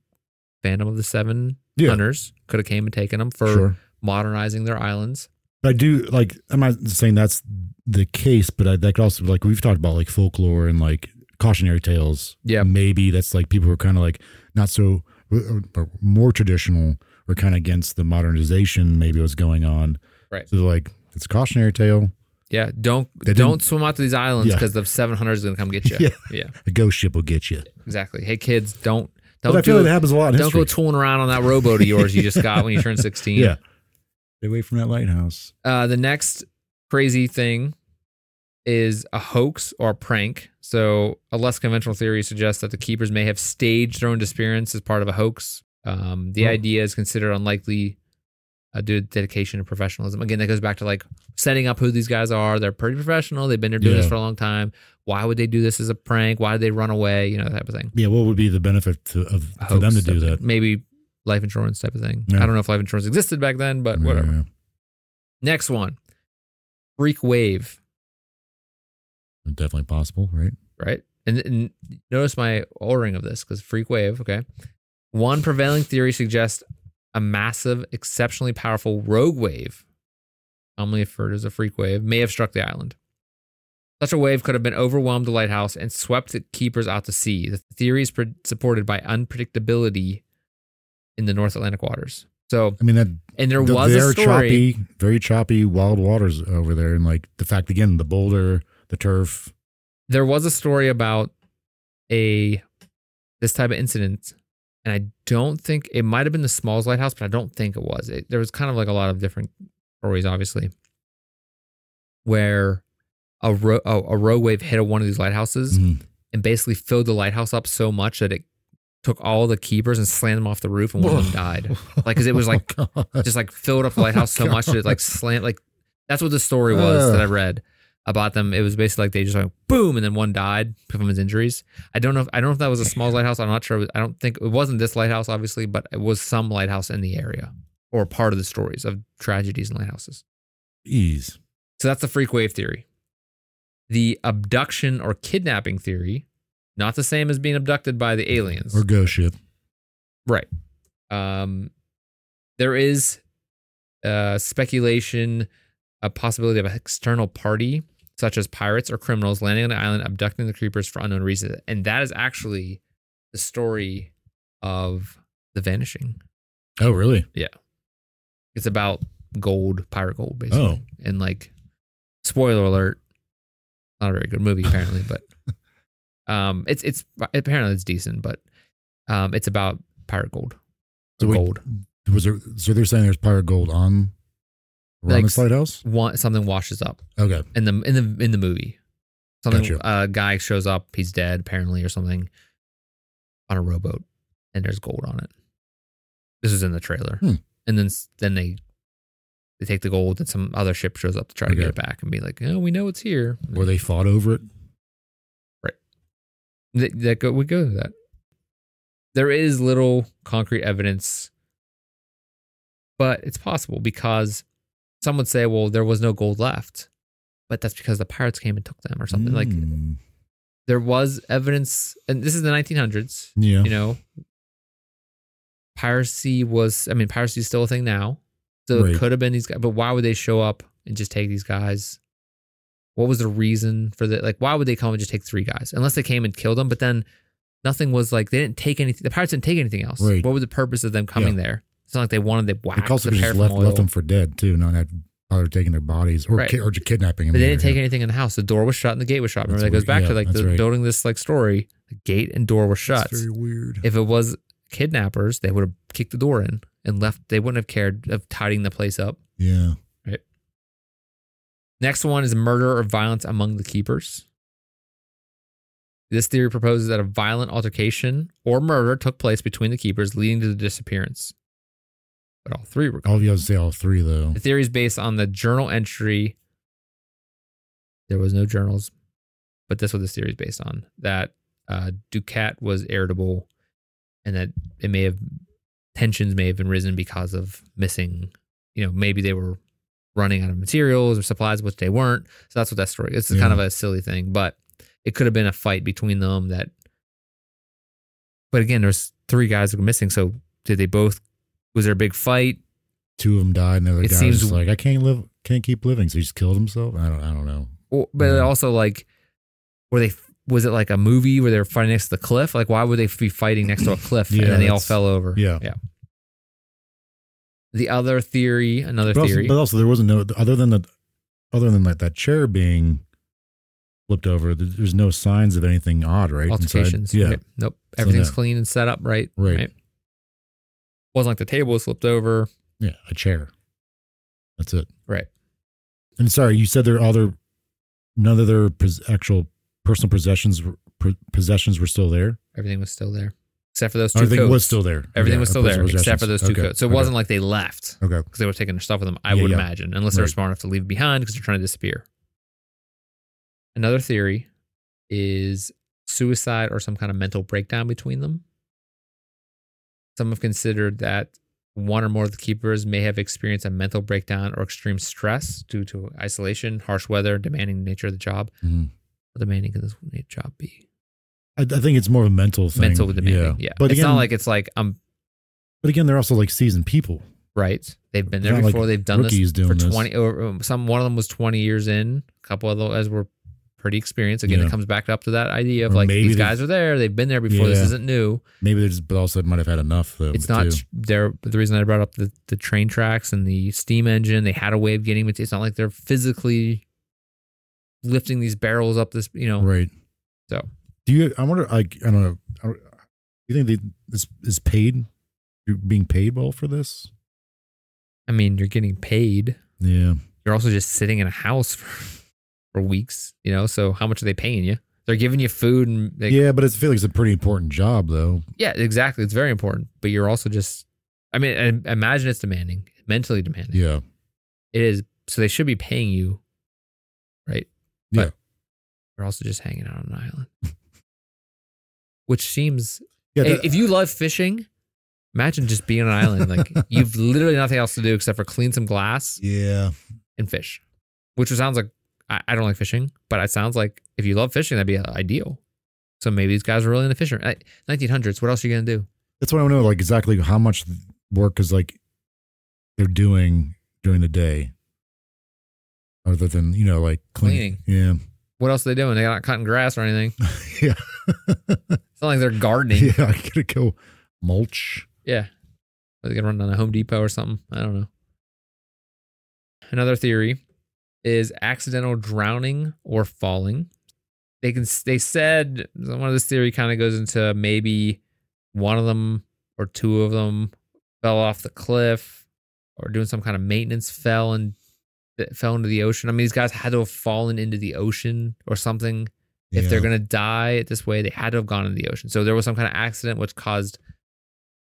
S1: Phantom of the Seven
S2: Yeah.
S1: Hunters could have came and taken them for
S2: sure.
S1: modernizing their islands.
S2: But I do like. I'm not saying that's the case, but I, that could also like we've talked about like folklore and like cautionary tales.
S1: Yeah,
S2: Maybe that's like people who are kind of like not so or, or more traditional or kind of against the modernization. Maybe what's going on.
S1: Right.
S2: So they're like it's a cautionary tale.
S1: yeah. Don't
S2: They didn't-
S1: don't swim out to these islands
S2: Yeah.
S1: because the Seven Hunters is gonna come get you.
S2: Yeah.
S1: yeah,
S2: A ghost ship will get you.
S1: exactly. Hey kids, don't Don't
S2: but I feel
S1: do
S2: like that happens a lot. In
S1: Don't
S2: history.
S1: go tooling around on that rowboat of yours you just got when you turned 16.
S2: Yeah. Stay away from that lighthouse.
S1: Uh, the next crazy thing is a hoax or a prank. So, a less conventional theory suggests that the keepers may have staged their own disappearance as part of a hoax. Um, the
S2: Oh.
S1: idea is considered unlikely uh, due to dedication and professionalism. Again, that goes back to like setting up who these guys are. They're pretty professional. They've been there doing this
S2: Yeah.
S1: for a long time. Why would they do this as a prank? Why did they run away? You know, that type of thing.
S2: Yeah, what would be the benefit to, of
S1: A
S2: for them to
S1: hoax
S2: do
S1: type
S2: that?
S1: of- Maybe life insurance type of thing.
S2: Yeah.
S1: I don't know if life insurance existed back then, but whatever.
S2: Yeah.
S1: Next one, freak wave,
S2: Definitely possible, right?
S1: right? And, and notice my ordering of this because freak wave. Okay, one prevailing theory suggests a massive, exceptionally powerful rogue wave, commonly referred as a freak wave, may have struck the island. Such a wave could have been overwhelmed the lighthouse and swept the keepers out to sea. The theory is pre- supported by unpredictability in the North Atlantic waters. So,
S2: I mean, that
S1: and there
S2: th-
S1: was
S2: they're
S1: a story.
S2: choppy, very choppy, wild waters over there, and like the fact again, the boulder, the turf.
S1: there was a story about a this type of incident and i don't think it might have been the smalls lighthouse but i don't think it was it, there was kind of like a lot of different stories obviously where a, ro- oh, a, a rogue wave hit one of these lighthouses
S2: Mhm.
S1: and basically filled the lighthouse up so much that it took all the keepers and slammed them off the roof and one of them died Like, 'cause it was, like,
S2: Oh, God.
S1: just like filled up the lighthouse so much that it like slant like that's what the story was that I read about them. It was basically like they just went boom and then one died from his injuries. I don't know if I don't know if that was a small lighthouse. I'm not sure. I don't think it wasn't this lighthouse obviously, but it was some lighthouse in the area or part of the stories of tragedies and lighthouses.
S2: ease.
S1: So that's the freak wave theory. The abduction or kidnapping theory, not the same as being abducted by the aliens.
S2: or ghost ship.
S1: Right. Um, there is uh, speculation, a possibility of an external party, such as pirates or criminals, landing on the island, abducting the creepers for unknown reasons. And that is actually the story of The Vanishing.
S2: Oh, really?
S1: It's about gold, pirate gold, basically.
S2: Oh.
S1: And like, spoiler alert, not a very good movie, apparently, but. Um, it's it's apparently it's decent, but um, it's about pirate gold.
S2: So
S1: Or
S2: wait,
S1: gold.
S2: Oh. Was there? So they're saying there's pirate gold on around
S1: Like,
S2: this lighthouse.
S1: want something washes up
S2: Okay.
S1: in the in the in the movie. Something
S2: Gotcha.
S1: a guy shows up, he's dead apparently or something on a rowboat and there's gold on it. This is in the trailer.
S2: Hmm.
S1: And then s- then they they take the gold and some other ship shows up to try to get
S2: Okay.
S1: it back and be like, "Oh, we know it's here."
S2: Where they fought over it.
S1: that, that go, we go to that. There is little concrete evidence, but it's possible because some would say, well, there was no gold left, but that's because the pirates came and took them or something. Like
S2: Mm,
S1: there was evidence, and this is the 1900s,
S2: yeah.
S1: you know. Piracy was, I mean, piracy is still a thing now. So
S2: Right.
S1: it could have been these guys, but why would they show up and just take these guys? What was the reason for the Like, why would they come and just take three guys? Unless they came and killed them, but then nothing was like, they didn't take anything. The pirates didn't take anything else.
S2: Right.
S1: What was the purpose of them coming there? It's not like they wanted to
S2: the
S1: whack
S2: cops
S1: the
S2: could just
S1: paraffin
S2: left,
S1: oil.
S2: left them for dead too, not have either taking their bodies or
S1: Right.
S2: ki- or just kidnapping them.
S1: But they didn't
S2: later,
S1: take anything in the house. The door was shut and the gate was shut. Remember, that
S2: That's
S1: goes
S2: weird.
S1: back
S2: Yeah,
S1: to like
S2: that's
S1: the,
S2: right.
S1: building this like story. The gate and door were
S2: yeah.
S1: shut.
S2: It's very weird.
S1: if it was kidnappers, they would have kicked the door in and left. They wouldn't have cared of tidying the place up.
S2: yeah.
S1: Next one is murder or violence among the keepers. This theory proposes that a violent altercation or murder took place between the keepers, leading to the disappearance. But all three were gone.
S2: All you have to say all three though.
S1: The theory is based on the journal entry. There was no journals, but that's what this theory is based on. That uh, Ducat was irritable, and that it may have tensions may have been risen because of missing. You know, maybe they were running out of materials or supplies, which they weren't. So that's what that story. It's kind
S2: Yeah.
S1: of a silly thing, but it could have been a fight between them. That, but again, there's three guys that were missing. So did they both? Was there a big fight?
S2: Two of them died, and the other
S1: It
S2: guy was
S1: seems-
S2: just like, I can't live, can't keep living, so he just killed himself. I don't, I don't know.
S1: Or, but
S2: Yeah.
S1: also like, were they? Was it like a movie where they were fighting next to the cliff? Like, why would they be fighting next to a cliff
S2: Yeah,
S1: and then they all
S2: that's-
S1: fell over?
S2: yeah.
S1: yeah. The other theory, another
S2: But also,
S1: theory,
S2: but also, there wasn't no other than the other than like that chair being flipped over. There- There's no signs of anything odd, right? inside?
S1: Altercations.
S2: Yeah.
S1: Yep. Nope. Everything's
S2: no.
S1: clean and set up right.
S2: Right.
S1: Wasn't like the table was flipped over.
S2: Yeah. A chair. That's it.
S1: Right.
S2: And sorry, you said there are other none of their pos- actual personal possessions were- po- possessions were still there.
S1: Everything was still there except for those two
S2: Everything
S1: coats.
S2: was still there.
S1: Everything
S2: Yeah,
S1: was still there
S2: personal
S1: except for those
S2: possessions.
S1: two
S2: Okay.
S1: coats. So it
S2: Okay.
S1: wasn't like they left
S2: Okay.
S1: because they were taking their stuff with them. I
S2: Yeah,
S1: would
S2: yeah.
S1: imagine, unless they were
S2: Right.
S1: smart enough to leave behind because they're trying to disappear. Another theory is suicide or some kind of mental breakdown between them. Some have considered that one or more of the keepers may have experienced a mental breakdown or extreme stress due to isolation, harsh weather, demanding nature of the job.
S2: Mhm.
S1: How demanding can this job be?
S2: I, I think it's more of a mental thing.
S1: Mental demanding. Yeah.
S2: But
S1: it's
S2: again,
S1: not like it's like um, I'm
S2: but again, they're also like seasoned people.
S1: Right. They've been
S2: They're
S1: there
S2: not like
S1: before. They've done this
S2: rookies doing
S1: for
S2: this.
S1: twenty. Or um, some one of them was twenty years in. A couple of those were pretty experienced. Again, it
S2: Yeah.
S1: comes back up to that idea of
S2: Or
S1: like
S2: maybe
S1: these
S2: they've-
S1: guys are there. They've been there before. This
S2: Yeah.
S1: isn't new.
S2: Maybe they just, but also might have had enough. Though,
S1: It's not
S2: too.
S1: tr- there. The reason I brought up the, the train tracks and the steam engine, they had a way of getting. it. It's not like they're physically lifting these barrels up. This you know.
S2: right.
S1: So.
S2: do you? I wonder. Like, I don't know. I don't- Do you think they, this is paid? You're being paid well for this?
S1: I mean, you're getting paid.
S2: Yeah.
S1: You're also just sitting in a house for, for weeks. You know. So how much are they paying you? They're giving you food and like,
S2: yeah, but it's, I feel like it's a pretty important job, though.
S1: Yeah, exactly. It's very important, but you're also just, I mean, I imagine it's demanding, mentally demanding.
S2: Yeah.
S1: It is. So they should be paying you, right?
S2: Yeah.
S1: you're also just hanging out on an island, which seems,
S2: Yeah.
S1: i-
S2: that-
S1: if you love fishing, imagine just being on an island. Like you've literally nothing else to do except for clean some glass
S2: yeah.
S1: and fish, which sounds like, I, I don't like fishing, but it sounds like if you love fishing, that'd be uh, ideal. So maybe these guys were really into fishing. Eh, 1900s, what else are you going to do?
S2: That's what I want to know, like, exactly how much work is like they're doing during the day, other than, you know, like cleaning.
S1: What else are they doing? They're not cutting grass or anything.
S2: Yeah. yeah.
S1: It's not like they're gardening. Yeah.
S2: yeah. I gotta go mulch.
S1: Are they gonna run down to Home Depot or something? I don't know. Another theory is accidental drowning or falling. They can they said one of this theory kind of goes into maybe one of them or two of them fell off the cliff or doing some kind of maintenance fell and that fell into the ocean. I mean, these guys had to have fallen into the ocean or something if they're
S2: Yeah.
S1: going to die it this way, they had to have gone into the ocean. So there was some kind of accident which caused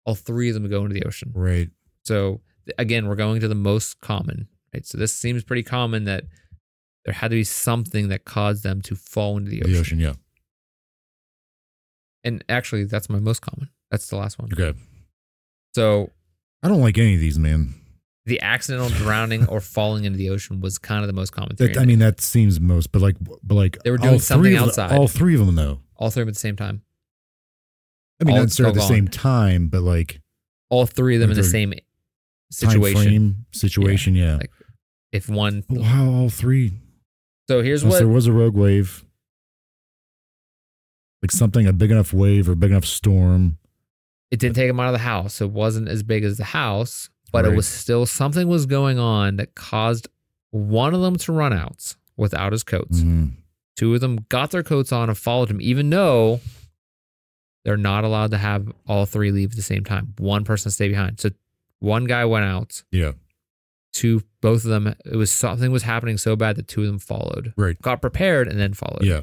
S1: all three of them to go into the ocean.
S2: Right.
S1: So th- again, we're going to the most common, right? So this seems pretty common that there had to be something that caused them to fall into the
S2: The
S1: ocean.
S2: ocean. Yeah.
S1: And actually, that's my most common. That's the last one.
S2: Okay.
S1: So
S2: I don't like any of these, man.
S1: the accidental drowning or falling into the ocean was kind of the most common theory.
S2: That, I mean, that seems most, but like, but like,
S1: They were
S2: all
S1: doing
S2: three
S1: something
S2: of the-
S1: outside.
S2: all three of them, though.
S1: all three of them at the same time.
S2: I mean,
S1: All
S2: not necessarily at the
S1: still
S2: same
S1: gone.
S2: time, but like
S1: All three of them in the
S2: They're-
S1: same
S2: time
S1: situation.
S2: frame situation. Yeah.
S1: like- If one,
S2: But wow, all three.
S1: so here's
S2: Unless
S1: what
S2: there was a rogue wave, like something a big enough wave or big enough storm.
S1: it didn't take him out of the house. It wasn't as big as the house, but it
S2: Right.
S1: was still something was going on that caused one of them to run out without his coats.
S2: Mhm.
S1: Two of them got their coats on and followed him, even though they're not allowed to have all three leave at the same time. One person stay behind. So one guy went out.
S2: Yeah.
S1: Two, both of them. It was something was happening so bad that two of them followed.
S2: Right.
S1: Got prepared and then followed.
S2: Yeah.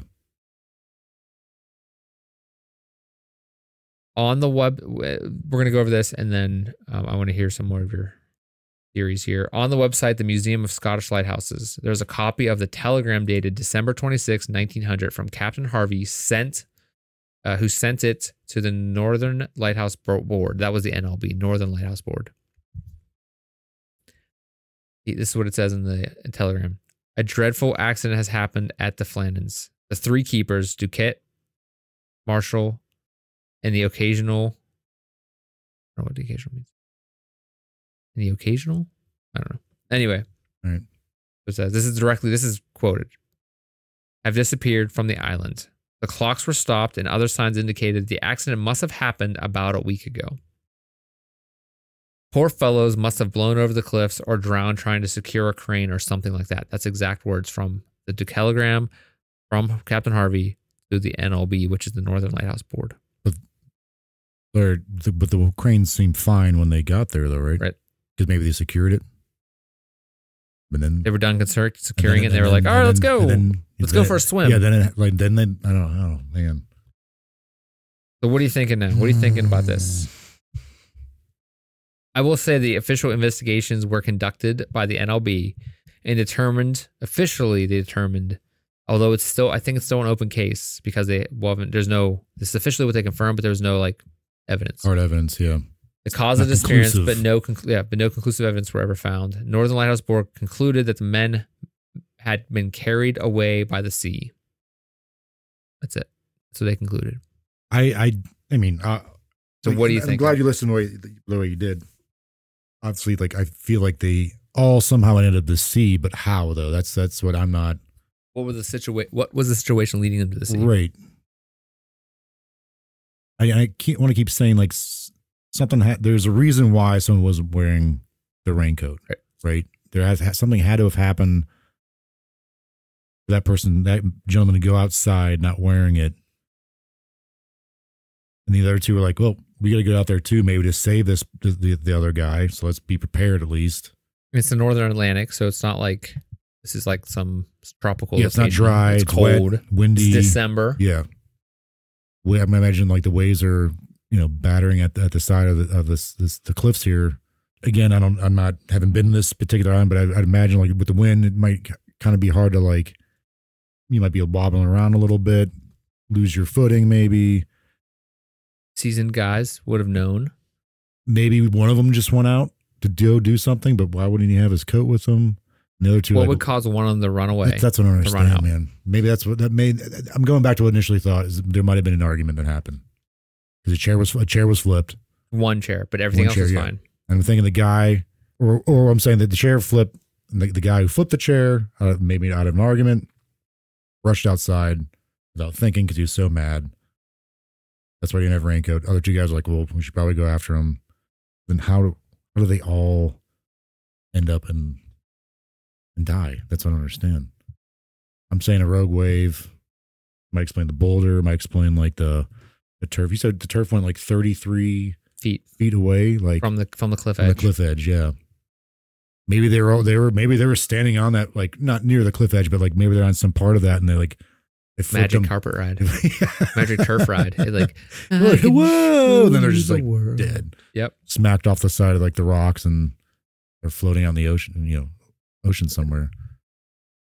S1: on the web we're going to go over this and then um, i want to hear some more of your theories here on the website the museum of scottish lighthouses there's a copy of the telegram dated december 26 1900 from captain harvey sent uh, who sent it to the northern lighthouse Bo- board that was the nlb northern lighthouse board this is what it says in the telegram a dreadful accident has happened at the flannans the three keepers duquette marshall and the occasional. I don't know what the occasional means. And the occasional, I don't know. Anyway,
S2: All right.
S1: it says this is directly this is quoted. Have disappeared from the island. The clocks were stopped, and other signs indicated the accident must have happened about a week ago. Poor fellows must have blown over the cliffs or drowned trying to secure a crane or something like that. That's exact words from the telegram from Captain Harvey to the NLB, which is the Northern Lighthouse Board.
S2: Or the, but the cranes seemed fine when they got there, though, right?
S1: Right.
S2: Because maybe they secured it. But then
S1: They were done concert,
S2: and
S1: securing
S2: then-
S1: it. And they
S2: and
S1: were like,
S2: then-
S1: all right,
S2: and
S1: let's
S2: then-
S1: go.
S2: and then-
S1: Let's go for a swim.
S2: Yeah. Then it, like then they, I don't know. I don't know, man.
S1: so, what are you thinking now? What are you thinking about this? I will say the official investigations were conducted by the NLB and determined officially they determined, although it's still I think it's still an open case because they well haven't- there's no this is officially what they confirmed, but there's no like evidence.
S2: Hard evidence. Yeah.
S1: The cause of
S2: Not
S1: disappearance, but
S2: conclusive.
S1: no conclu- yeah, but no conclusive evidence were ever found. Northern Lighthouse Board concluded that the men had been carried away by the sea. That's it. So they concluded.
S2: I I I mean. Uh,
S1: So
S2: like,
S1: what do you
S2: I'm
S1: think?
S2: glad you listened the way the way you did. Obviously, like I feel like they all somehow ended up the sea, but how though? That's that's what I'm not
S1: what was the situation? What was the situation leading them to the sea?
S2: Right. I, I keep, want to keep saying like s- something. Ha- there's a reason why someone was wearing the raincoat,
S1: Right.
S2: There has ha- something had to have happened. For that person, that gentleman, to go outside not wearing it, and the other two were like, "Well, we got to go out there too, maybe to save this the, the, the other guy. So let's be prepared at least.
S1: It's the northern Atlantic, so it's not like this is like some tropical.
S2: yeah, it's not
S1: location.
S2: dry.
S1: It's cold.
S2: wet, windy.
S1: it's December.
S2: Yeah. We, I imagine like the waves are, you know, battering at the, at the side of the of this, this the cliffs here. Again, I don't, I'm not haven't been to this particular island, but I, I'd imagine like with the wind, it might kind of be hard to like. You might be wobbling around a little bit, lose your footing. Maybe,
S1: Seasoned guys would have known.
S2: maybe one of them just went out to do do something, but why wouldn't he have his coat with him? And the other two,
S1: what
S2: like,
S1: would cause one of them to run away?
S2: that's, that's what I don't
S1: to run
S2: understand,
S1: out.
S2: man. Maybe that's what that made. I'm going back to what I initially thought is there might have been an argument that happened because a chair was a chair was flipped.
S1: one chair, but everything
S2: One
S1: else
S2: chair,
S1: is
S2: yeah.
S1: fine.
S2: And I'm thinking the guy, or or I'm saying that the chair flipped, and the, the guy who flipped the chair, uh, maybe out of an argument, rushed outside without thinking because he was so mad. That's why he didn't have a raincoat. Other two guys were like, well, we should probably go after him. Then how do how do they all end up and and die? That's what I don't understand. I'm saying a rogue wave. Might explain the boulder. Might explain like the the turf. You said the turf went like 33
S1: Feet
S2: feet away. Like
S1: from the from the cliff
S2: on
S1: edge.
S2: the cliff edge, yeah. Maybe they were all- they were maybe they were standing on that like not near the cliff edge, but like maybe they're on some part of that, and they like it
S1: Magic
S2: flipped them.
S1: carpet ride. Magic turf ride. It, like,
S2: They're like,
S1: I can
S2: whoa! And then they're
S1: show
S2: just
S1: the
S2: like
S1: world.
S2: dead,
S1: Yep.
S2: smacked off the side of like the rocks, and they're floating on the ocean, you know, ocean somewhere.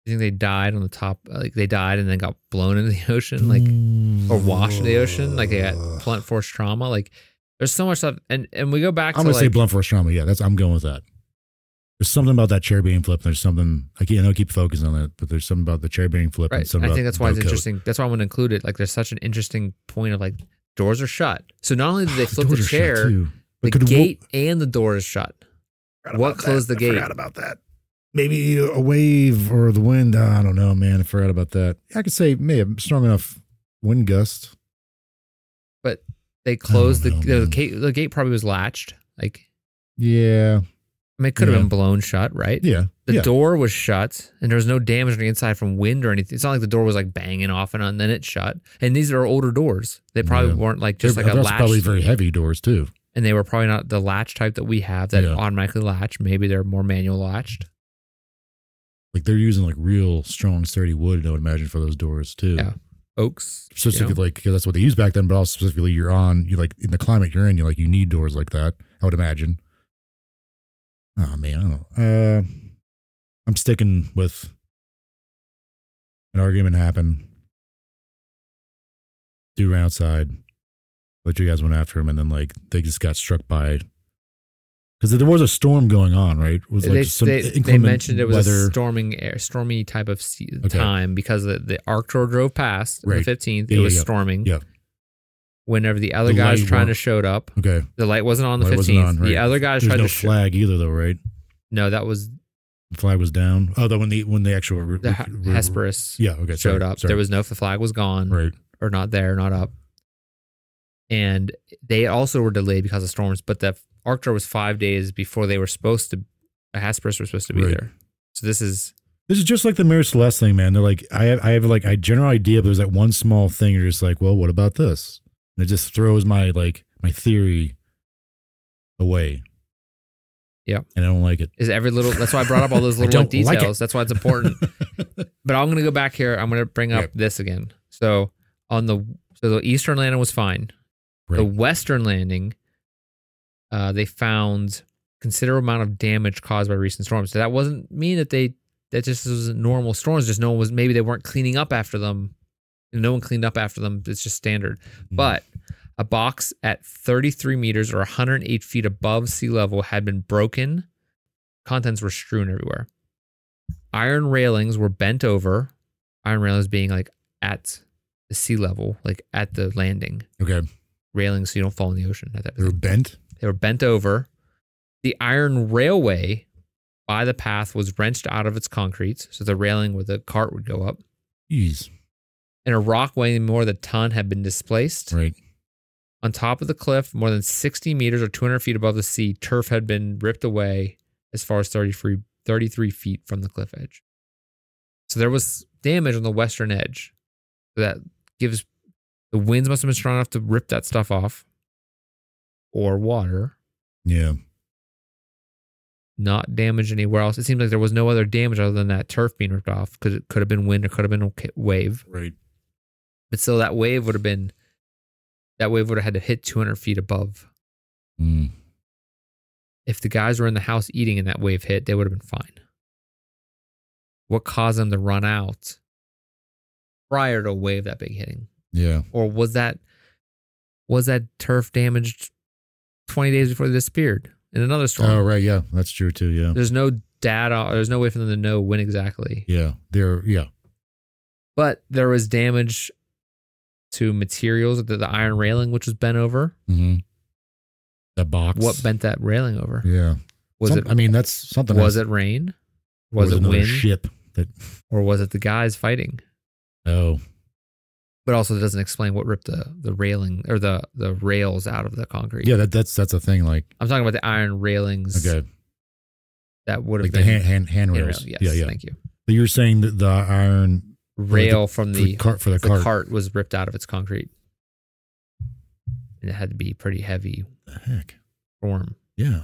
S1: You think they died on the top? Like they died and then got blown into the ocean, like
S2: Mm.
S1: or washed in the ocean, like they had blunt force trauma. Like there's so much stuff, and and we go back
S2: I'm
S1: to
S2: gonna say
S1: like
S2: blunt force trauma. Yeah, that's I'm going with that. There's something about that chair being flipped. There's something I can't I know I keep focusing on it, but there's something about the chair being flipped.
S1: Right.
S2: And something
S1: I
S2: about
S1: think that's why it's
S2: the coat.
S1: interesting. That's why I want to include it. Like, there's such an interesting point of like doors are shut. So not only did they
S2: Ah, The
S1: flip the,
S2: doors are shut,
S1: chair,
S2: too.
S1: the
S2: But could-
S1: gate and the door is shut.
S2: Forgot
S1: What
S2: about
S1: closed
S2: that.
S1: the
S2: I
S1: gate?
S2: Forgot about that. Maybe a wave or the wind. Ah, I don't know, man. I forgot about that. I could say maybe a strong enough wind gust.
S1: They closed the
S2: know,
S1: the
S2: man.
S1: gate. The gate probably was latched. Like,
S2: Yeah,
S1: I mean, it could have
S2: Yeah.
S1: been blown shut, right?
S2: yeah,
S1: The
S2: yeah.
S1: door was shut, and there was no damage on the inside from wind or anything. It's not like the door was like banging off and on, then it shut. And these are older doors. They probably
S2: Yeah.
S1: weren't like just
S2: They're-
S1: like a
S2: that's
S1: latch,
S2: probably very heavy doors too.
S1: and they were probably not the latch type that we have that
S2: Yeah.
S1: automatically latch. Maybe they're more manual latched.
S2: Like they're using like real strong, sturdy wood. I would imagine for those doors too.
S1: Yeah. Oaks, you know?
S2: Specifically, like 'cause that's what they used back then. But also specifically, you're on. You like in the climate you're in. You like you need doors like that. I would imagine. Oh man, I don't know. Uh, I'm sticking with an argument happened. Dude ran outside. But you guys went after him, and then like they just got struck by because there was a storm going on, right? It was like
S1: they,
S2: just some
S1: they, they
S2: inclement
S1: mentioned it was a
S2: weather.
S1: storming air, stormy type of sea,
S2: Okay.
S1: time because the, the Arctor drove past on
S2: Right.
S1: the 15th.
S2: Yeah,
S1: it
S2: yeah,
S1: was
S2: yeah.
S1: storming.
S2: Yeah.
S1: Whenever the other
S2: The
S1: guys
S2: light
S1: trying to
S2: weren't-
S1: showed up,
S2: Okay,
S1: the light wasn't on the
S2: Light
S1: 15th.
S2: wasn't on,
S1: The
S2: right.
S1: other guys
S2: there's
S1: tried
S2: no
S1: to sh-
S2: flag either, though, right?
S1: No, that was
S2: The flag was down. Oh, the when the when the actual re-
S1: the
S2: re- re-
S1: Hesperus
S2: yeah okay
S1: showed
S2: sorry,
S1: up.
S2: sorry.
S1: There was no the flag was gone
S2: right
S1: or not there, not up. And they also were delayed because of storms, but the Arctor was five days before they were supposed to. Hesperus was supposed to be
S2: Right.
S1: there. So this is
S2: This is just like the Mary Celeste thing, man. They're like, I have, I have like a general idea, but there's that one small thing. You're just like, well, what about this? And it just throws my like my theory away.
S1: Yeah.
S2: and I don't like it.
S1: Is every little that's why I brought up all those
S2: I
S1: little
S2: don't like it.
S1: details. that's why it's important. but I'm gonna go back here. I'm gonna bring up
S2: Yep.
S1: this again. So on the so the eastern landing was fine. The
S2: Right. Mm.
S1: western landing, uh, they found considerable amount of damage caused by recent storms. So that wasn't mean that they that just was normal storms. Just no one was maybe they weren't cleaning up after them. No one cleaned up after them. It's just standard.
S2: Hmm.
S1: But a box at 33 meters or 108 feet above sea level had been broken. Contents were strewn everywhere. Iron railings were bent over, iron railings being like at the sea level, like at the landing
S2: okay,
S1: railings so you don't fall in the ocean. That type of
S2: they're
S1: thing.
S2: bent.
S1: They were bent over. The iron railway by the path was wrenched out of its concrete, so the railing where the cart would go up.
S2: Jeez,
S1: And a rock weighing more than a ton had been displaced.
S2: right.
S1: On top of the cliff, more than 60 meters or 200 feet above the sea, turf had been ripped away as far as 33, 33 feet from the cliff edge. So there was damage on the western edge. That gives the winds must have been strong enough to rip that stuff off or water,
S2: Yeah,
S1: not damage anywhere else. It seems like there was no other damage other than that turf being ripped off because it could have been wind or could have been a ki- wave.
S2: right.
S1: But still, that wave would have been, that wave would have had to hit 200 feet above
S2: Mm.
S1: if the guys were in the house eating and that wave hit, they would have been fine. What caused them to run out prior to a wave that big hitting?
S2: Yeah,
S1: Or was that was that turf damaged twenty days before they disappeared in another storm?
S2: Oh, right. Yeah, that's true too. Yeah,
S1: There's no data there's no way for them to know when exactly.
S2: yeah. They're yeah.
S1: But there was damage to materials the, the iron railing which was bent over.
S2: Mm-hmm. That box.
S1: What bent that railing over?
S2: Yeah.
S1: Was
S2: Some-
S1: it
S2: I mean, that's something.
S1: was
S2: that's-
S1: it rain?
S2: or
S1: Was, it
S2: another
S1: wind?
S2: Ship that.
S1: Or was it the guys fighting?
S2: Oh,
S1: but also it doesn't explain what ripped the the railing or the the rails out of the concrete.
S2: yeah. That that's that's a thing. Like
S1: I'm talking about the iron railings
S2: okay,
S1: that would have
S2: like the
S1: been
S2: hand, hand
S1: handrail.
S2: handrails.
S1: Yes,
S2: yeah, yeah.
S1: thank you.
S2: But you're saying that the iron
S1: Rail from
S2: for the
S1: the,
S2: cart for the,
S1: the
S2: cart.
S1: cart. was ripped out of its concrete, and it had to be pretty heavy
S2: The heck.
S1: form.
S2: Yeah.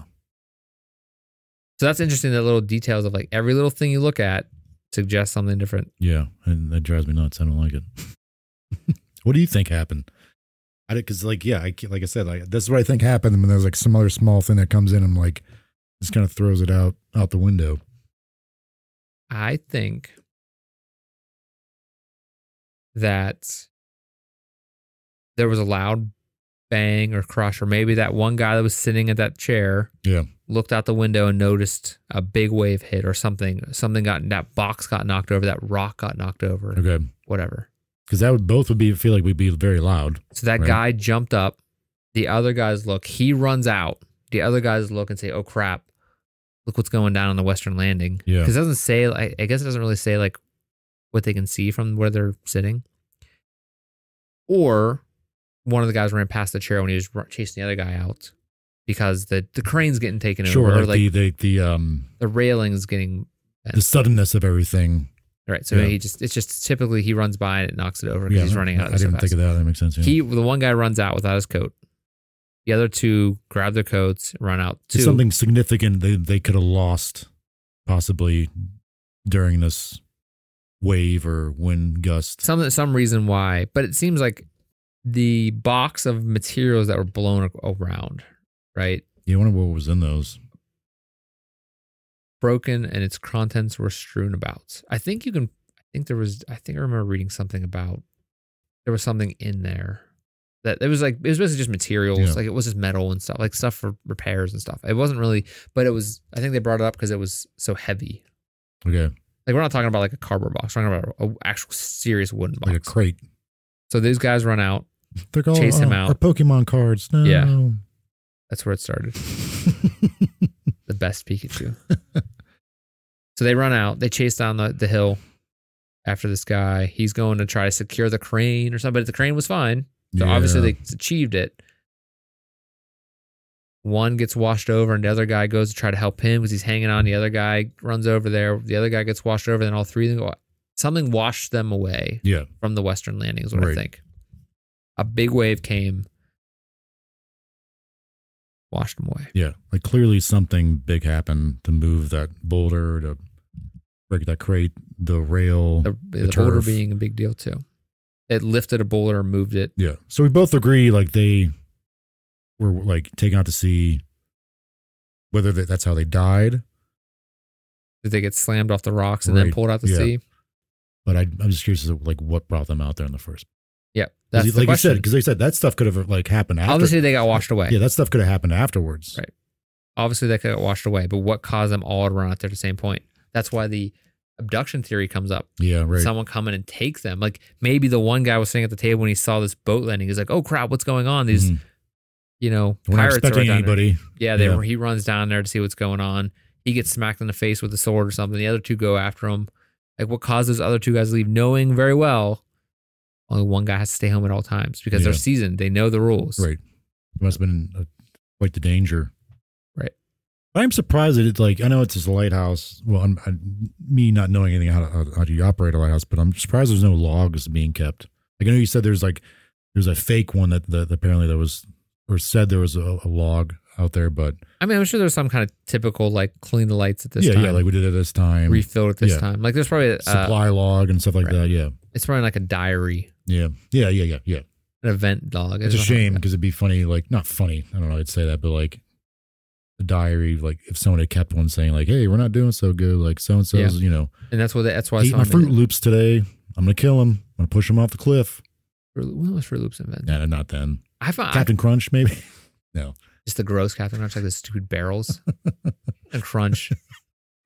S1: So that's interesting. The little details of like every little thing you look at suggests something different.
S2: Yeah, and that drives me nuts. I don't like it. what do you think happened? I did because, like, yeah, I ca- like I said, like this is what I think happened. And there's like some other small thing that comes in, and like just kind of throws it out out the window.
S1: I think that there was a loud bang or crush, or maybe that one guy that was sitting at that chair
S2: Yeah.
S1: looked out the window and noticed a big wave hit or something. Something got that box got knocked over, that rock got knocked over,
S2: Okay,
S1: whatever.
S2: because that would both would be feel like we'd be very loud.
S1: So that
S2: Right.
S1: guy jumped up. The other guys look. He runs out. The other guys look and say, "Oh crap! Look what's going down on the Western Landing."
S2: Yeah.
S1: because it doesn't say. I, I guess it doesn't really say like what they can see from where they're sitting. Or one of the guys ran past the chair when he was ru- chasing the other guy out because the the crane's getting taken
S2: sure,
S1: over,
S2: like,
S1: or like
S2: the
S1: the,
S2: the the um
S1: railing's getting.
S2: the suddenness of everything.
S1: All right, so
S2: Yeah.
S1: he just it's just typically he runs by and it knocks it over because
S2: Yeah,
S1: he's running out.
S2: I,
S1: so
S2: didn't
S1: fast.
S2: think of that. That makes sense. Yeah.
S1: He the one guy runs out without his coat. The other two grab their coats, run out
S2: It's
S1: too.
S2: something significant they they could have lost, possibly during this wave or wind gust.
S1: some some reason why, but it seems like the box of materials that were blown a- around, right?
S2: You wonder what was in those.
S1: Broken and its contents were strewn about. I think you can I think there was I think I remember reading something about there was something in there. That it was like it was basically just materials,
S2: Yeah.
S1: like it was just metal and stuff, like stuff for repairs and stuff. It wasn't really, but it was. I think they brought it up because it was so heavy.
S2: Okay.
S1: Like we're not talking about like a cardboard box. We're talking about an actual serious wooden box.
S2: like a crate.
S1: so these guys run out.
S2: They're all
S1: Chase him
S2: uh,
S1: out.
S2: Our Pokemon cards. No.
S1: Yeah. That's where it started. The best Pikachu. so they run out. They chase down the, the hill after this guy. He's going to try to secure the crane or something. But the crane was fine. So obviously they achieved it. One gets washed over, and the other guy goes to try to help him because he's hanging on. The other guy runs over there. The other guy gets washed over. Then all three of them go. Something washed them away
S2: Yeah.
S1: from the Western landing, is what I
S2: Right.
S1: think. A big wave came, washed them away.
S2: Yeah. Like clearly something big happened to move that boulder, to break that crate, the rail.
S1: The, the,
S2: The
S1: boulder
S2: turf.
S1: being a big deal, too. It lifted a boulder, moved it.
S2: yeah. So we both agree like they were like taken out to sea, whether that- that's how they died.
S1: Did they get slammed off the rocks and then
S2: Right,
S1: pulled out to
S2: yeah.
S1: sea?
S2: But I, I'm just curious as to like what brought them out there in the first.
S1: Yeah,
S2: 'cause
S1: that's the
S2: like you
S1: question.
S2: said, because they said that stuff could have like happened after.
S1: Obviously, they got washed away.
S2: yeah, that stuff could have happened afterwards.
S1: Right. Obviously, they got washed away. But what caused them all to run out there at the same point? That's why the abduction theory comes up.
S2: Yeah, right.
S1: Someone coming and take them. Like maybe the one guy was sitting at the table when he saw this boat landing. He's like, "Oh crap, what's going on?" These,
S2: Mhm.
S1: you know,
S2: We're not
S1: pirates are
S2: expecting
S1: down there."
S2: anybody.
S1: Yeah, they
S2: Yeah.
S1: were. He runs down there to see what's going on. He gets smacked in the face with a sword or something. The other two go after him. Like, what caused those other two guys to leave? Knowing very well, only one guy has to stay home at all times because they're
S2: Yeah.
S1: seasoned. They know the rules.
S2: Right. It must have been uh quite the danger.
S1: Right.
S2: I'm surprised that it's like, I know it's just a lighthouse. Well, I'm, I, me not knowing anything how to, how, how to operate a lighthouse, but I'm surprised there's no logs being kept. Like, I know you said there's like, there's a fake one that, that apparently there was, or said there was a, a log out there, but
S1: I mean, I'm sure there's some kind of typical like clean the lights at this
S2: yeah,
S1: time,
S2: yeah, like we did at this time.
S1: refilled at this
S2: yeah.
S1: time. Like there's probably uh,
S2: supply log and stuff like
S1: right.
S2: that. Yeah.
S1: it's probably like a diary,
S2: Yeah. Yeah. Yeah. Yeah. Yeah.
S1: an event log.
S2: It's
S1: There's
S2: a
S1: nothing like
S2: shame
S1: that.
S2: because it'd be funny, like not funny. I don't know. I'd say that, but like a diary, like if someone had kept one saying, like, "Hey, we're not doing so good," like so and so's, you know,
S1: and that's what that's why
S2: eat my
S1: someone
S2: Fruit
S1: made
S2: Loops today. I'm gonna kill him. I'm gonna push him off the cliff.
S1: it. Fruit- When was Fruit Loops invented?
S2: Nah, not then.
S1: I found
S2: Captain Crunch, maybe.
S1: just the gross Captain Crunch, like the stupid barrels and Crunch.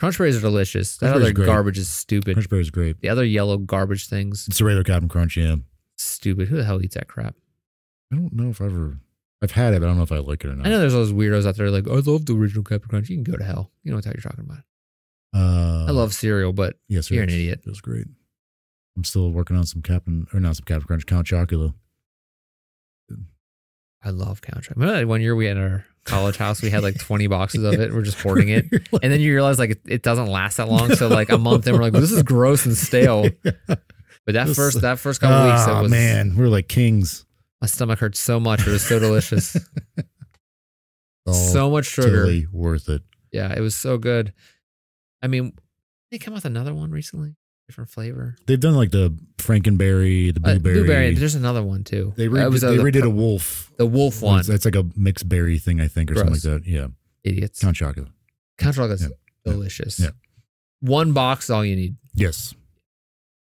S1: Crunch berries are delicious. That
S2: Crunch berries
S1: other
S2: are great.
S1: garbage is stupid.
S2: Crunch Berry's great.
S1: The other yellow garbage things,
S2: It's a regular Captain Crunch. Yeah.
S1: stupid. Who the hell eats that crap?
S2: I don't know if I ever. I've had it, but I don't know if I like it or not.
S1: I know there's all those weirdos out there like, I love the original Captain Crunch. You can go to hell. You know what the hell you're talking about.
S2: Uh,
S1: I love cereal, but
S2: Yes,
S1: you're an idiot.
S2: It was great. I'm still working on some Captain, or not some Captain Crunch, Count Chocula.
S1: I love Count Chocula. Remember that one year we had in our college house, we had like 20 boxes of it. We're just hoarding it. And then you realize like it, it doesn't last that long. So like a month in, we're like, this is gross and stale. But that
S2: This-
S1: first that first couple weeks,
S2: Oh
S1: it was
S2: man, we're like kings.
S1: my stomach hurt so much. It was so delicious.
S2: Oh,
S1: so much sugar.
S2: totally worth it.
S1: Yeah, it was so good. I mean, they came out with another one recently, different flavor.
S2: They've done like the Frankenberry, the
S1: Uh,
S2: blueberry.
S1: blueberry. There's another one too.
S2: they
S1: That
S2: redid,
S1: was, uh,
S2: they
S1: the,
S2: redid a wolf.
S1: the wolf one.
S2: That's like a mixed berry thing, I think, or something
S1: Gross.
S2: like that. Yeah,
S1: Idiots.
S2: Count Chocula.
S1: Count Chocolate's
S2: Yeah, yeah,
S1: delicious.
S2: yeah.
S1: One box, is all you need.
S2: Yes,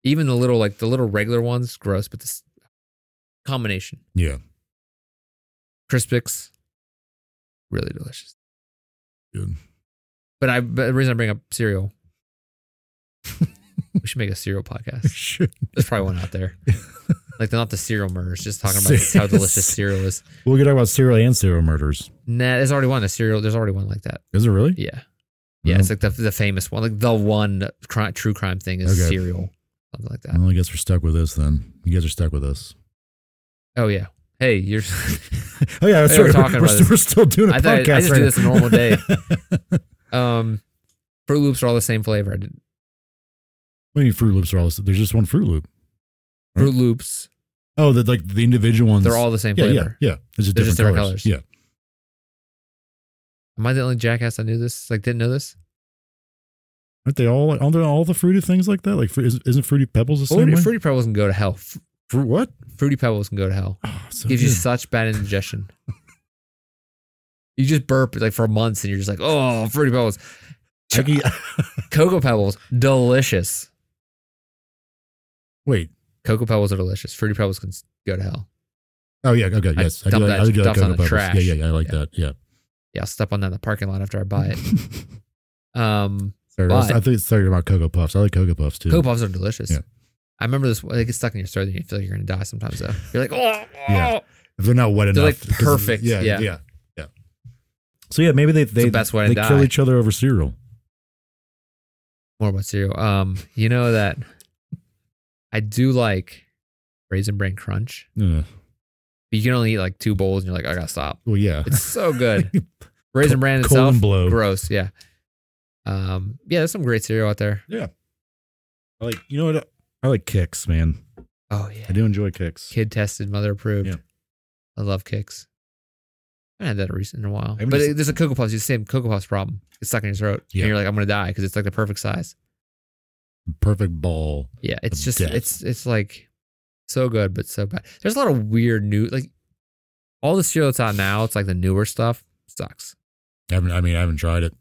S1: even the little like the little regular ones gross but this combination
S2: yeah,
S1: crispix really delicious
S2: Good.
S1: but i but the reason i bring up cereal we should make a cereal podcast
S2: sure.
S1: there's probably one out there like they're not the cereal murders just talking about how delicious cereal is
S2: Well, we could talk about serial and serial murders.
S1: nah there's already one a cereal there's already one like that
S2: Is it really?
S1: yeah yeah it's like
S2: Mm-hmm.
S1: the, the famous one like the one cri- true crime thing is
S2: Okay.
S1: cereal something like that
S2: Well, I guess we're stuck with this then. You guys are stuck with us. Mm-hmm.
S1: oh yeah hey you're
S2: Oh yeah, that's
S1: They were
S2: right.
S1: talking
S2: we're,
S1: about
S2: st-
S1: this.
S2: we're still doing a
S1: I thought- I
S2: podcast.
S1: just
S2: right
S1: do this
S2: now.
S1: a normal day. um fruit loops are all the same flavor I did-
S2: What do you mean Fruit Loops are all? There's just one Fruit Loop. Right.
S1: Fruit Loops.
S2: Oh, the like the individual ones.
S1: They're all the same
S2: yeah,
S1: flavor.
S2: yeah, yeah. There's just
S1: They're
S2: different,
S1: just different
S2: colors.
S1: colors.
S2: Yeah,
S1: Am I the only jackass that knew this? Like, didn't know this?
S2: aren't they all? Aren't they all the fruity things like that? Like, fru- is, isn't Fruity Pebbles the same
S1: Fruity,
S2: way?
S1: Oh, Fruity Pebbles can go to hell. F-
S2: Fruit what?
S1: Fruity Pebbles can go to hell.
S2: Oh, so
S1: Gives you
S2: good.
S1: such bad indigestion. you just burp like for months, and you're just like, oh, Fruity Pebbles,
S2: I can-
S1: Cocoa Pebbles, delicious.
S2: wait.
S1: Cocoa Pebbles are delicious. Fruity Pebbles can s- go to hell.
S2: Oh yeah. Okay. Yes. I do.
S1: dump
S2: Like,
S1: that-
S2: I do like
S1: dumps on the
S2: Cocoa Pebbles.
S1: trash.
S2: Yeah, yeah. yeah, I like
S1: Yeah.
S2: that. Yeah.
S1: Yeah, I'll step on that in the parking lot after I buy it. Um,
S2: Sorry, I, was,
S1: But-
S2: I think it's talking about Cocoa Puffs. I like Cocoa Puffs too.
S1: Cocoa Puffs are delicious.
S2: Yeah.
S1: I remember this. They get stuck in your throat, and you feel like you're gonna die sometimes. Though you're like, oh, oh."
S2: Yeah. If they're not wet
S1: They're, like,
S2: enough. 'cause of-
S1: perfect.
S2: Yeah,
S1: Yeah.
S2: yeah. Yeah. So yeah, maybe they they
S1: best way to
S2: they kill
S1: die.
S2: each other over cereal.
S1: more about cereal. Um, you know that I do like raisin bran crunch
S2: Yeah.
S1: you can only eat like two bowls, and you're like, I gotta stop.
S2: Well, yeah.
S1: It's so good. Raisin bran itself,
S2: Colon blow.
S1: gross. Yeah. Um. Yeah, there's some great cereal out there.
S2: I like you know what? I like kicks, man.
S1: Oh yeah.
S2: I do enjoy kicks.
S1: Kid tested, mother approved.
S2: Yeah.
S1: I love kicks. I haven't had that recent in a while.
S2: haven't
S1: But
S2: just-
S1: it- there's a Cocoa Puffs. It's the same Cocoa Puffs problem. It's stuck in your throat.
S2: Yeah.
S1: And you're like, I'm gonna die because it's like the perfect size.
S2: Perfect ball.
S1: Yeah. It's
S2: Of
S1: just
S2: death.
S1: it's it's like so good but so bad. There's a lot of weird new like all the cereal that's out now. It's like the newer stuff sucks.
S2: I, haven't, I mean, I haven't tried it.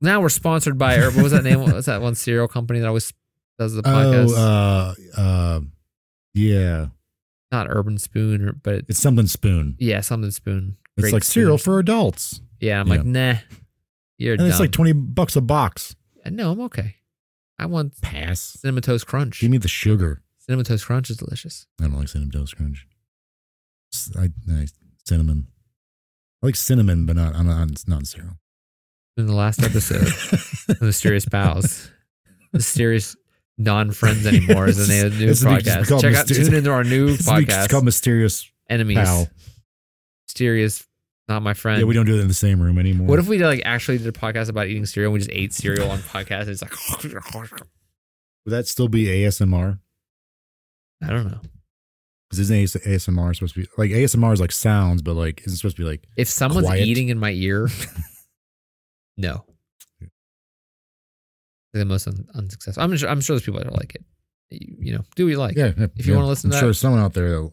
S1: Now we're sponsored by or what was that name? What's that one cereal company that always does the podcast?
S2: Oh, uh, uh, yeah.
S1: Not Urban Spoon, or, but
S2: It's something spoon.
S1: yeah, something spoon.
S2: It's
S1: Great
S2: like
S1: Spoon.
S2: cereal for adults,
S1: Yeah, I'm
S2: Yeah.
S1: like, nah, you're
S2: and
S1: done.
S2: it's like twenty bucks a box.
S1: no, I'm okay. I want
S2: Pass.
S1: cinnamon toast crunch.
S2: Give me the sugar.
S1: Cinnamon toast crunch is delicious.
S2: I don't like cinnamon toast crunch. S- I, I- cinnamon. I like cinnamon, but not. I'm not. It's not cereal.
S1: In the last episode of Mysterious Pals, Mysterious Non-Friends Anymore is the name of the new
S2: It's- it's just
S1: podcast.
S2: called
S1: Check out,
S2: Mysterious-
S1: tune into our new
S2: It's like- it's called
S1: podcast,
S2: mysterious.
S1: Enemies.
S2: Pal.
S1: Mysterious, not my friend.
S2: Yeah, we don't do it in the same room anymore.
S1: What if we like actually did a podcast about eating cereal and we just ate cereal on podcast and it's like,
S2: Would that still be ASMR?
S1: I don't know.
S2: Because isn't AS- ASMR supposed to be like ASMR is like sounds, but like isn't it supposed to be like
S1: If someone's
S2: Quiet.
S1: eating in my ear, no. They're the most un- unsuccessful. I'm sure. I'm sure there's people that are like it. You, you know, do what you like. Yeah.
S2: yeah? yeah,
S1: if you
S2: yeah.
S1: wanna listen
S2: I'm
S1: to
S2: sure
S1: that-
S2: someone out there that'll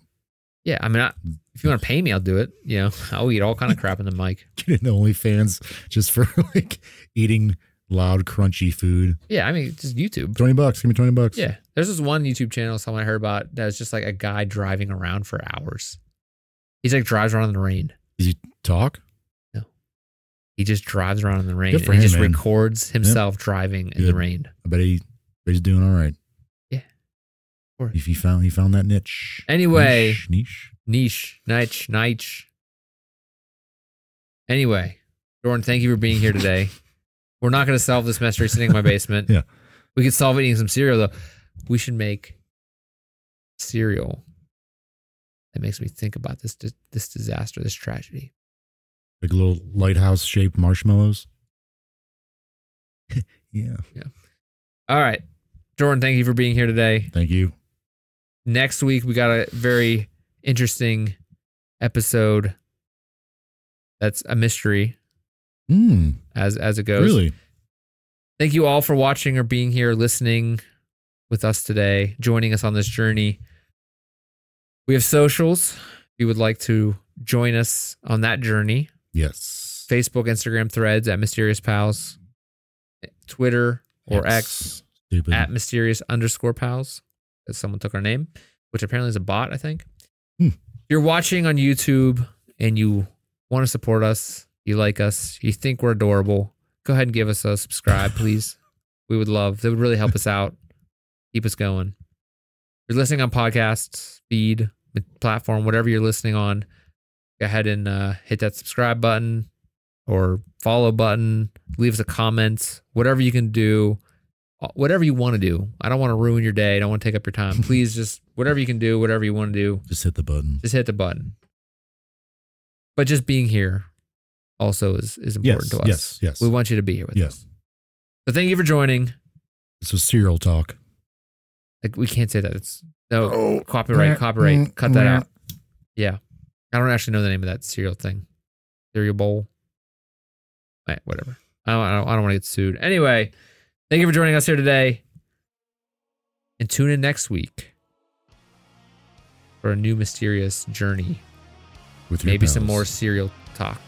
S1: I mean, I, if you want to pay me, I'll do it. You know, I'll eat all kind of crap in the mic.
S2: get into OnlyFans just for like eating loud, crunchy food.
S1: Yeah. I mean, just YouTube.
S2: Twenty bucks. Give me twenty bucks.
S1: Yeah. There's this one YouTube channel someone I heard about that was just like a guy driving around for hours. He's like drives around in the rain.
S2: Talk.
S1: He just drives around in the rain.
S2: Good for
S1: and he
S2: him,
S1: just
S2: man.
S1: records himself driving in the
S2: Good.
S1: rain.
S2: I bet he, bet he's doing all right.
S1: Yeah. Or-
S2: If he found he found that niche.
S1: Anyway.
S2: Niche, niche.
S1: Niche, niche, niche. Anyway, Jordan, thank you for being here today. We're not going to solve this mystery sitting in my basement.
S2: Yeah.
S1: We could solve it eating some cereal, though. We should make cereal that makes me think about this dis- this disaster, this tragedy.
S2: Like little lighthouse shaped marshmallows. yeah.
S1: All right. Jordan, thank you for being here today.
S2: Thank you.
S1: Next week, we got a very interesting episode that's a mystery
S2: Mm,
S1: as as it goes.
S2: really?
S1: Thank you all for watching or being here, listening with us today, joining us on this journey. We have socials. If you would like to join us on that journey,
S2: Yes.
S1: Facebook, Instagram, Threads at Mysterious Pals, Twitter or X,
S2: Stupid.
S1: at Mysterious underscore Pals, because someone took our name, which apparently is a bot, I think.
S2: Hmm.
S1: If You're watching on YouTube and you want to support us, you like us, you think we're adorable, go ahead and give us a subscribe, please. We would love. That would really help us out. Keep us going. If you're listening on podcasts, feed, platform, whatever you're listening on, go ahead and uh, hit that subscribe button or follow button. Leave us a comment. Whatever you can do, Uh, whatever you want to do. I don't want to ruin your day. I don't want to take up your time. Please just whatever you can do, whatever you want to do,
S2: Just hit the button.
S1: just hit the button. But just being here also is is important
S2: Yes.
S1: to us.
S2: Yes. Yes.
S1: We want you to be here with us.
S2: yes.
S1: So thank you for joining.
S2: This was serial talk.
S1: Like we can't say that. It's no
S2: Oh.
S1: copyright,
S2: Mm,
S1: copyright. Cut that
S2: mm.
S1: out. Yeah. I don't actually know the name of that cereal thing. Cereal bowl. Eh, whatever. I don't, I don't, I don't want to get sued. Anyway, thank you for joining us here today. And tune in next week for a new mysterious journey.
S2: With your
S1: Maybe some
S2: pals.
S1: more cereal talk.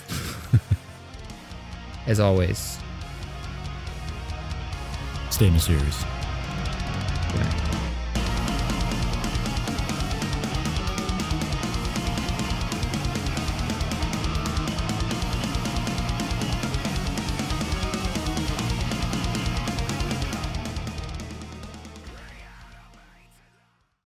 S1: As always.
S2: Stay mysterious.